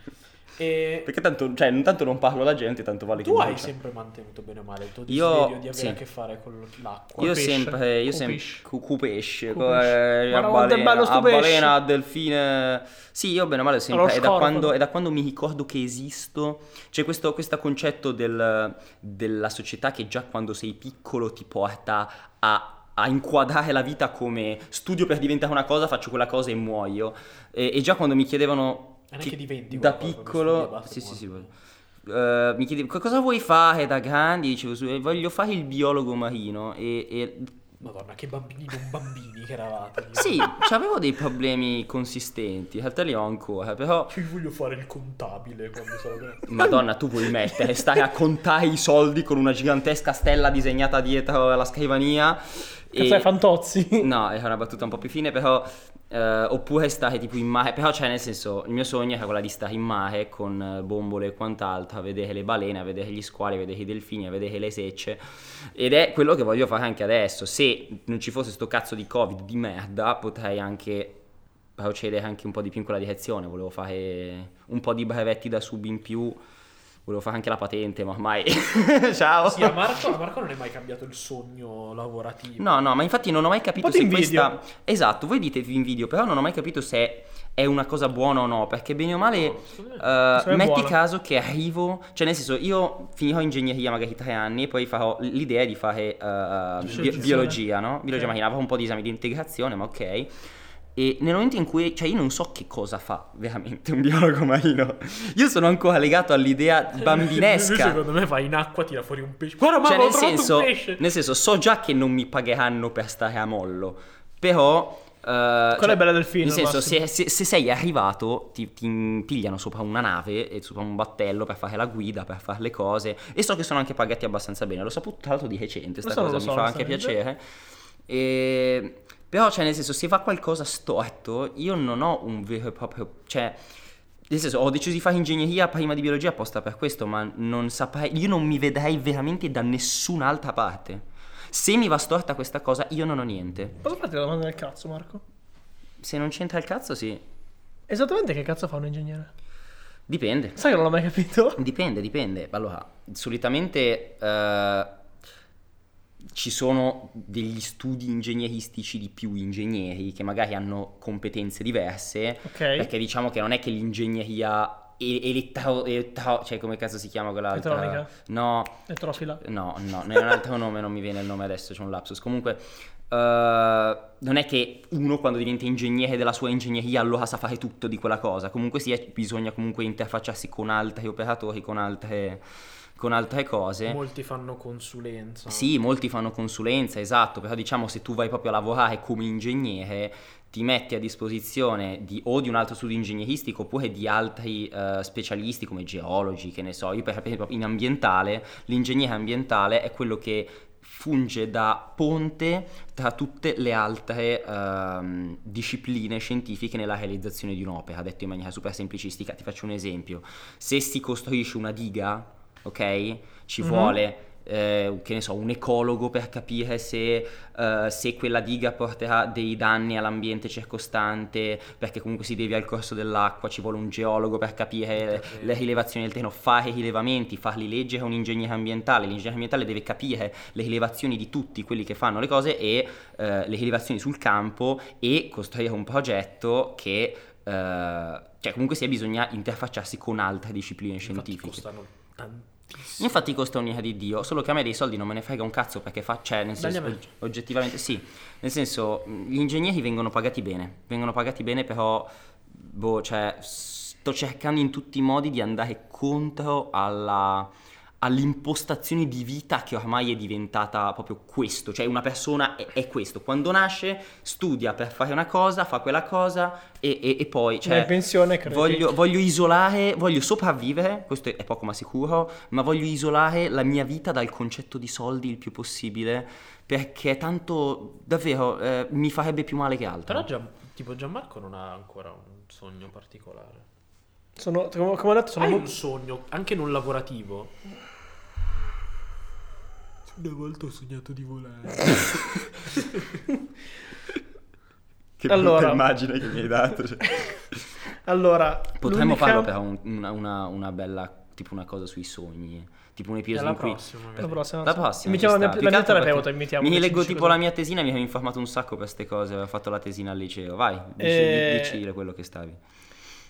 E
Perché tanto, cioè, non tanto non parlo alla gente, tanto vale che
tu
mi
hai
brucia.
sempre mantenuto bene o male il tuo
Io-
desiderio di avere
sì.
a che fare con l'acqua.
Io
pesce.
sempre, eh, io
Cu
sempre
pesce.
cu- cu pesce,
Cu
co-
pesce.
eh,
Ma
a
no, quanto è
balena,
bello sto
a balena,
pesce.
a delfine. Sì, io bene o male sempre,
Allo
è da,
scorpione.
quando, è da quando mi ricordo che esisto, c'è questo, questo concetto del- della società che già quando sei piccolo ti porta a a inquadrare la vita come studio per diventare una cosa, faccio quella cosa e muoio. E, e già quando mi chiedevano
Ma neanche
chi-
diventi
da
qualcosa, studi e
piccolo,
basta,
sì, sì, sì,
muori.
eh, mi chiedevi "Co- cosa vuoi fare da grandi, dicevo "Su- eh, voglio fare il biologo marino e, e-
Madonna, che bambini non bambini che eravate. Io-
sì, avevo dei problemi consistenti, in realtà li ho ancora, però
Io voglio fare il contabile quando sarò grande.
Madonna, tu vuoi mettere, stare a contare i soldi con una gigantesca stella disegnata dietro la scrivania e-
Cazzo, è fantozzi.
No, era una battuta un po' più fine, però. eh, oppure stare tipo in mare, però cioè nel senso il mio sogno era quella di stare in mare con eh, bombole e quant'altro, a vedere le balene, a vedere gli squali, a vedere i delfini, a vedere le secce ed è quello che voglio fare anche adesso, se non ci fosse sto cazzo di covid di merda potrei anche procedere anche un po' di più in quella direzione, volevo fare un po' di brevetti da sub in più Volevo fare anche la patente, ma ormai... Ciao!
Sì, a Marco, a Marco non è mai cambiato il sogno lavorativo.
No, no, ma infatti non ho mai capito
Un po'
se
ti invidio.
questa. Esatto, voi dite vi invidio, però non ho mai capito se è una cosa buona o no. Perché bene o male,
No, secondo me-
eh,
me è
metti
buona.
caso che arrivo. Cioè, nel senso, io finirò ingegneria magari tre anni e poi farò l'idea di fare eh, bi-
Scienze.
biologia, no? Biologia
Ok.
macchina, avrò un po' di esami di integrazione, ma ok. E nel momento in cui, cioè io non so che cosa fa veramente un biologo marino, io sono ancora legato all'idea
Lui
bambinesca.
secondo me va in acqua, tira fuori un pesce. Guarda, mamma,
Cioè,
ho
nel
trovato
senso,
un pesce.
nel senso, so già che non mi pagheranno per stare a mollo, però... eh, cioè,
è bella del film,
Nel senso,
Massimo.
se, Eh, se- se sei arrivato, ti, ti impigliano sopra una nave e sopra un battello per fare la guida, per fare le cose. E so che sono anche pagati abbastanza bene. L'ho saputo tra l'altro di recente, sta
Questo non
cosa mi
lo so,
fa anche piacere.
onestamente.
E- Però, cioè, nel senso, se fa qualcosa storto, io non ho un vero e proprio. Cioè, nel senso, ho deciso di fare ingegneria prima di biologia apposta per questo, ma non saprei, io non mi vedrei veramente da nessun'altra parte. Se mi va storta questa cosa, io non ho niente.
Posso farti la domanda del cazzo, Marco?
Se non c'entra il cazzo, sì.
Esattamente che cazzo fa un ingegnere?
Dipende.
Sai che non l'ho mai capito?
Dipende, dipende. Allora, solitamente eh, ci sono degli studi ingegneristici di più ingegneri che magari hanno competenze diverse.
Ok.
Perché diciamo che non è che l'ingegneria e- elettro, elettro- cioè come cazzo si chiama quella
Elettronica?
No,
Etrofila.
no, no, ne è un altro nome, non mi viene il nome adesso, c'è un lapsus. Comunque eh, non è che uno quando diventa ingegnere della sua ingegneria allora sa fare tutto di quella cosa. Comunque sia, bisogna comunque interfacciarsi con altri operatori, con altre, con altre cose.
Molti fanno consulenza.
Sì, molti fanno consulenza, esatto, però diciamo se tu vai proprio a lavorare come ingegnere ti metti a disposizione di, o di un altro studio ingegneristico oppure di altri eh, specialisti come geologi, che ne so, io per esempio in ambientale, l'ingegnere ambientale è quello che funge da ponte tra tutte le altre ehm, discipline scientifiche nella realizzazione di un'opera, detto in maniera super semplicistica, ti faccio un esempio, se si costruisce una diga, ok, ci
Mhm.
vuole eh, che ne so, un ecologo per capire se, eh, se quella diga porterà dei danni all'ambiente circostante, perché comunque si devia al corso dell'acqua, ci vuole un geologo per capire
Davvero.
le rilevazioni del terreno, fare i rilevamenti, farli leggere a un ingegnere ambientale, l'ingegnere ambientale deve capire le rilevazioni di tutti quelli che fanno le cose e eh, le rilevazioni sul campo e costruire un progetto che... eh, cioè comunque sia bisogna interfacciarsi con altre discipline
Infatti
scientifiche.
costano tantissimo.
Infatti costa un'ira di Dio, solo che a me dei soldi non me ne frega un cazzo perché fa, cioè, nel
Dagli
senso,
a me.
og- oggettivamente sì, nel senso, mh, gli ingegneri vengono pagati bene, vengono pagati bene però, boh, cioè, sto cercando in tutti i modi di andare contro alla- all'impostazione di vita che ormai è diventata proprio questo, cioè una persona è, è questo, quando nasce studia per fare una cosa, fa quella cosa e, e- e poi...
Cioè,
Cioè,
in pensione, credo.
Voglio, voglio isolare, voglio sopravvivere, questo è poco ma sicuro, ma voglio isolare la mia vita dal concetto di soldi il più possibile, perché tanto davvero eh, mi farebbe più male che altro.
Però Gian- tipo Gianmarco non ha ancora un sogno particolare.
Sono, come, come ho detto, sono
Hai
molto...
un sogno, anche non lavorativo. Una volta ho sognato di volare.
che
brutta Allora.
immagine che mi hai dato. cioè.
Allora,
Potremmo
l'unica-
farlo però un- una, una- una bella, tipo una cosa sui sogni, tipo un episodio
Alla
in cui...
prossima, magari.
La prossima.
La prossima.
Mi
ci
chiamo la mia,
sta. Più
la
che
mia
altro
terapeuta.
perché
Mi, chiamo,
Mi
che ci
leggo
dice
tipo
così.
la mia tesina, mi avevo informato un sacco per queste cose, avevo fatto la tesina al liceo. Vai, dici,
Eh,
dici quello che stavi.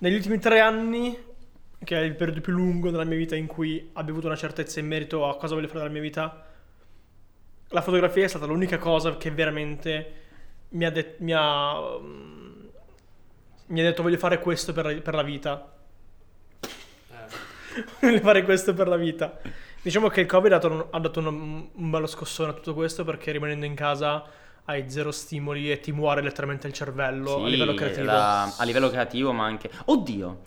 Negli ultimi tre anni, che è il periodo più lungo della mia vita in cui abbia avuto una certezza in merito a cosa voglio fare della mia vita, la fotografia è stata l'unica cosa che veramente mi ha, det- mi ha, mm, mi ha detto voglio fare questo per, per la vita. voglio fare questo per la vita. Diciamo che il Covid ha dato, un, ha dato un- un bello scossone a tutto questo perché rimanendo in casa hai zero stimoli e ti muore letteralmente il cervello a
Sì, esatto.
livello creativo.
la- a livello creativo, ma anche. Oddio,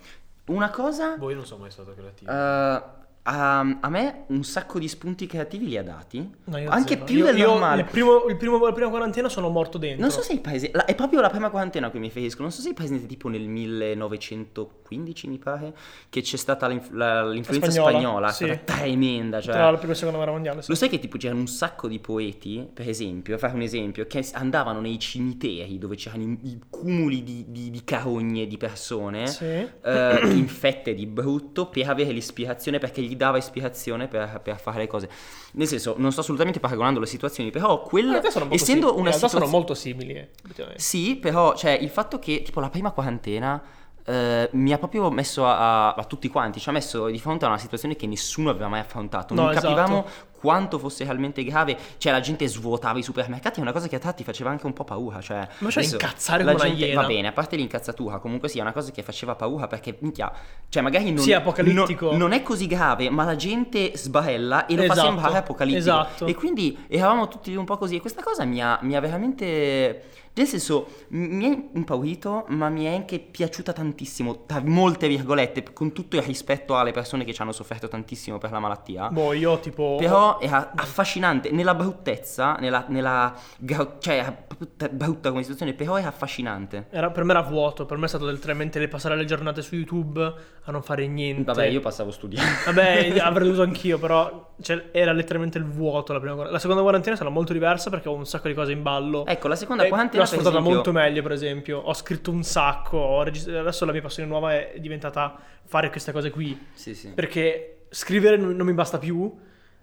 una cosa.
Boh.
Voi non sono mai stato creativo.
eh, a, a me un sacco di spunti creativi li ha dati.
No, io
anche
zero.
più
Io-
del
io
normale.
Il primo, il primo- la prima quarantena sono morto dentro.
Non so se il paese. la- è proprio la prima quarantena a cui mi riferisco. Non so se il paese tipo nel 1915, mi pare, che c'è stata l'inf- la- l'influenza
Spagnola,
spagnola.
sì.
È stata tremenda. Cioè,
Tra la prima e la seconda guerra mondiale. sì.
Lo sai che tipo c'erano un sacco di poeti, per esempio, fare un esempio, che andavano nei cimiteri dove c'erano i, i cumuli di, di, di carogne di persone
Sì.
eh, infette di brutto per avere l'ispirazione perché gli gli dava ispirazione per, per fare le cose. Nel senso, non sto assolutamente paragonando le situazioni, però
In
quella,
realtà sono molto
essendo
simili. In
una
realtà
situazione...
sono molto simili. eh, effettivamente.
Sì, però cioè, il fatto che tipo la prima quarantena eh, mi ha proprio messo a, a- a tutti quanti, ci ha messo di fronte a una situazione che nessuno aveva mai affrontato,
No,
non
esatto.
capivamo quanto fosse realmente grave, cioè la gente svuotava i supermercati, è una cosa che a tratti faceva anche un po' paura, cioè
Ma cioè,
adesso
incazzare
la
come una
gente-
iena.
Va bene, a parte l'incazzatura, comunque sì, è una cosa che faceva paura perché minchia, cioè magari non,
Sì, apocalittico.
non- non è così grave, ma la gente sbarella e lo fa
Esatto,
sembrare apocalittico.
esatto.
E quindi eravamo tutti un po' così e questa cosa mi ha, mi ha veramente... Nel senso, m- mi è impaurito, ma mi è anche piaciuta tantissimo, tra molte virgolette, con tutto il rispetto alle persone che ci hanno sofferto tantissimo per la malattia.
Boh, io tipo...
Però era affascinante nella bruttezza, nella, nella gra- cioè era brutta, brutta come situazione, però era affascinante.
Era- per me era vuoto, per me è stato del tre mentre passare le giornate su YouTube a non fare niente.
Vabbè, io passavo studiando.
Vabbè, avrei dovuto anch'io, però cioè, era letteralmente il vuoto la prima quarantena. La seconda quarantena sarà molto diversa perché ho un sacco di cose in ballo.
Ecco, la seconda
Eh,
quarantena
L'ho
per
sfruttata
esempio-
molto meglio, per esempio. Ho scritto un sacco, ho regist- adesso la mia passione nuova è diventata fare queste cose qui.
Sì, sì.
Perché scrivere non non mi basta più,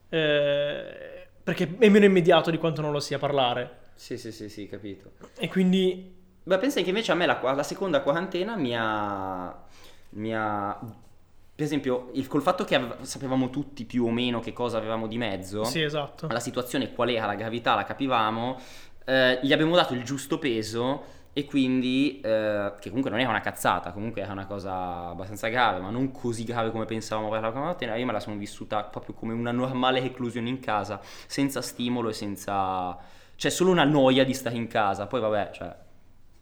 eh, perché è meno immediato di quanto non lo sia parlare.
Sì, sì, sì, sì, capito.
E quindi
Beh, pensa che invece a me la, qua- la seconda quarantena mi ha... mi ha- Per esempio, il- col fatto che ave- sapevamo tutti più o meno che cosa avevamo di mezzo,
Sì, esatto.
la situazione qual era, la gravità la capivamo, eh, gli abbiamo dato il giusto peso e quindi, eh, che comunque non era una cazzata, comunque era una cosa abbastanza grave, ma non così grave come pensavamo per la quarantena, io me la sono vissuta proprio come una normale reclusione in casa, senza stimolo e senza... cioè solo una noia di stare in casa, poi vabbè, cioè...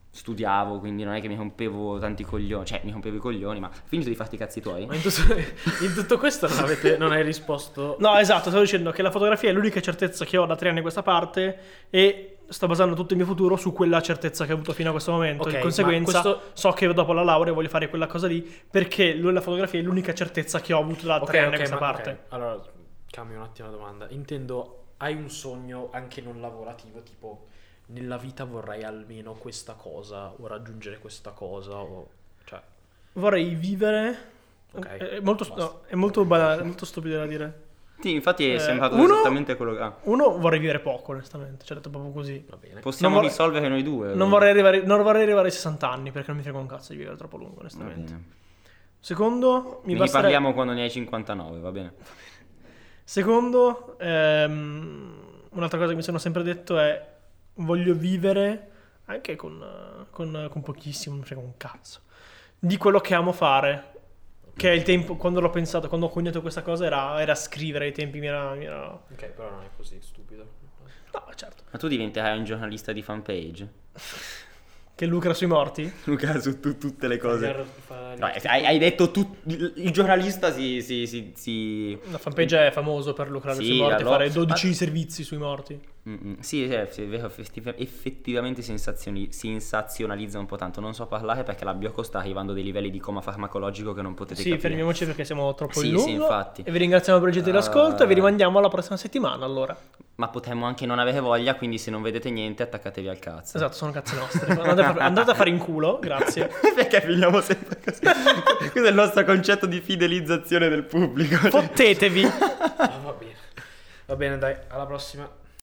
Studiavo, quindi non è che mi rompevo tanti coglioni, cioè mi rompevo i coglioni, ma finito di farti i cazzi tuoi.
Eh,
Ma in tutto, in tutto questo non, avete, non hai risposto.
No, esatto, stavo dicendo che la fotografia è l'unica certezza che ho da tre anni a questa parte e sto basando tutto il mio futuro su quella certezza che ho avuto fino a questo momento.
Ok,
Di
ma
conseguenza,
questo-
so che dopo la laurea voglio fare quella cosa lì perché l- la fotografia è l'unica certezza che ho avuto da
Ok,
tre anni
ok,
a questa
ma-
parte.
ok. Allora, cambio un attimo la domanda. Intendo, hai un sogno anche non lavorativo, tipo nella vita vorrei almeno questa cosa o raggiungere questa cosa o cioè
Vorrei vivere.
Ok,
È- È molto,
basta.
no, è molto banale, è molto stupido da dire.
Sì, infatti è
Eh,
sembrato
uno-
esattamente quello che... ah,
Uno, vorrei vivere poco, onestamente, cioè detto proprio così.
va bene.
possiamo
vorrei-
risolvere noi due.
Non vorrei, arrivare, non vorrei arrivare ai 60 anni perché non mi frega un cazzo di vivere troppo lungo,
Va
onestamente.
bene.
Secondo, mi
Ne
basterebbe-
parliamo quando ne hai 59, va bene.
Secondo, ehm, un'altra cosa che mi sono sempre detto è voglio vivere anche con, eh, con- con pochissimo, non frega un cazzo, di quello che amo fare. Che è il tempo, quando l'ho pensato, quando ho coniato questa cosa era, era scrivere, ai tempi mi era... mi era-
Ok, però non è così stupido.
No, certo.
Ma tu diventerai un giornalista di fanpage?
Che lucra sui morti?
Luca, su tu- tutte le cose.
Fare-
No, hai, hai detto tu, il, il giornalista si... si, si, si-
La fanpage è famoso per lucrare
Sì,
sui morti,
allora-
fare 12 servizi sui morti.
Mm, mm. Sì, sì, è è vero, effettiv- effettivamente sensazioni- sensazionalizza un po' tanto. Non so parlare perché la Bioco sta arrivando a dei livelli di coma farmacologico che non potete
Sì,
capire.
fermiamoci perché siamo troppo
Sì,
in
sì,
lungo.
infatti.
E vi ringraziamo per il gentile ascolto e vi
Eh.
rimandiamo alla prossima settimana allora.
Ma potremmo anche non avere voglia, quindi se non vedete niente attaccatevi al cazzo.
Esatto, sono cazzi nostri. Andate a, andate a fare in culo, grazie.
perché finiamo sempre così? Questo è il nostro concetto di fidelizzazione del pubblico.
Fottetevi.
Ah, va bene. Va bene, dai, alla prossima.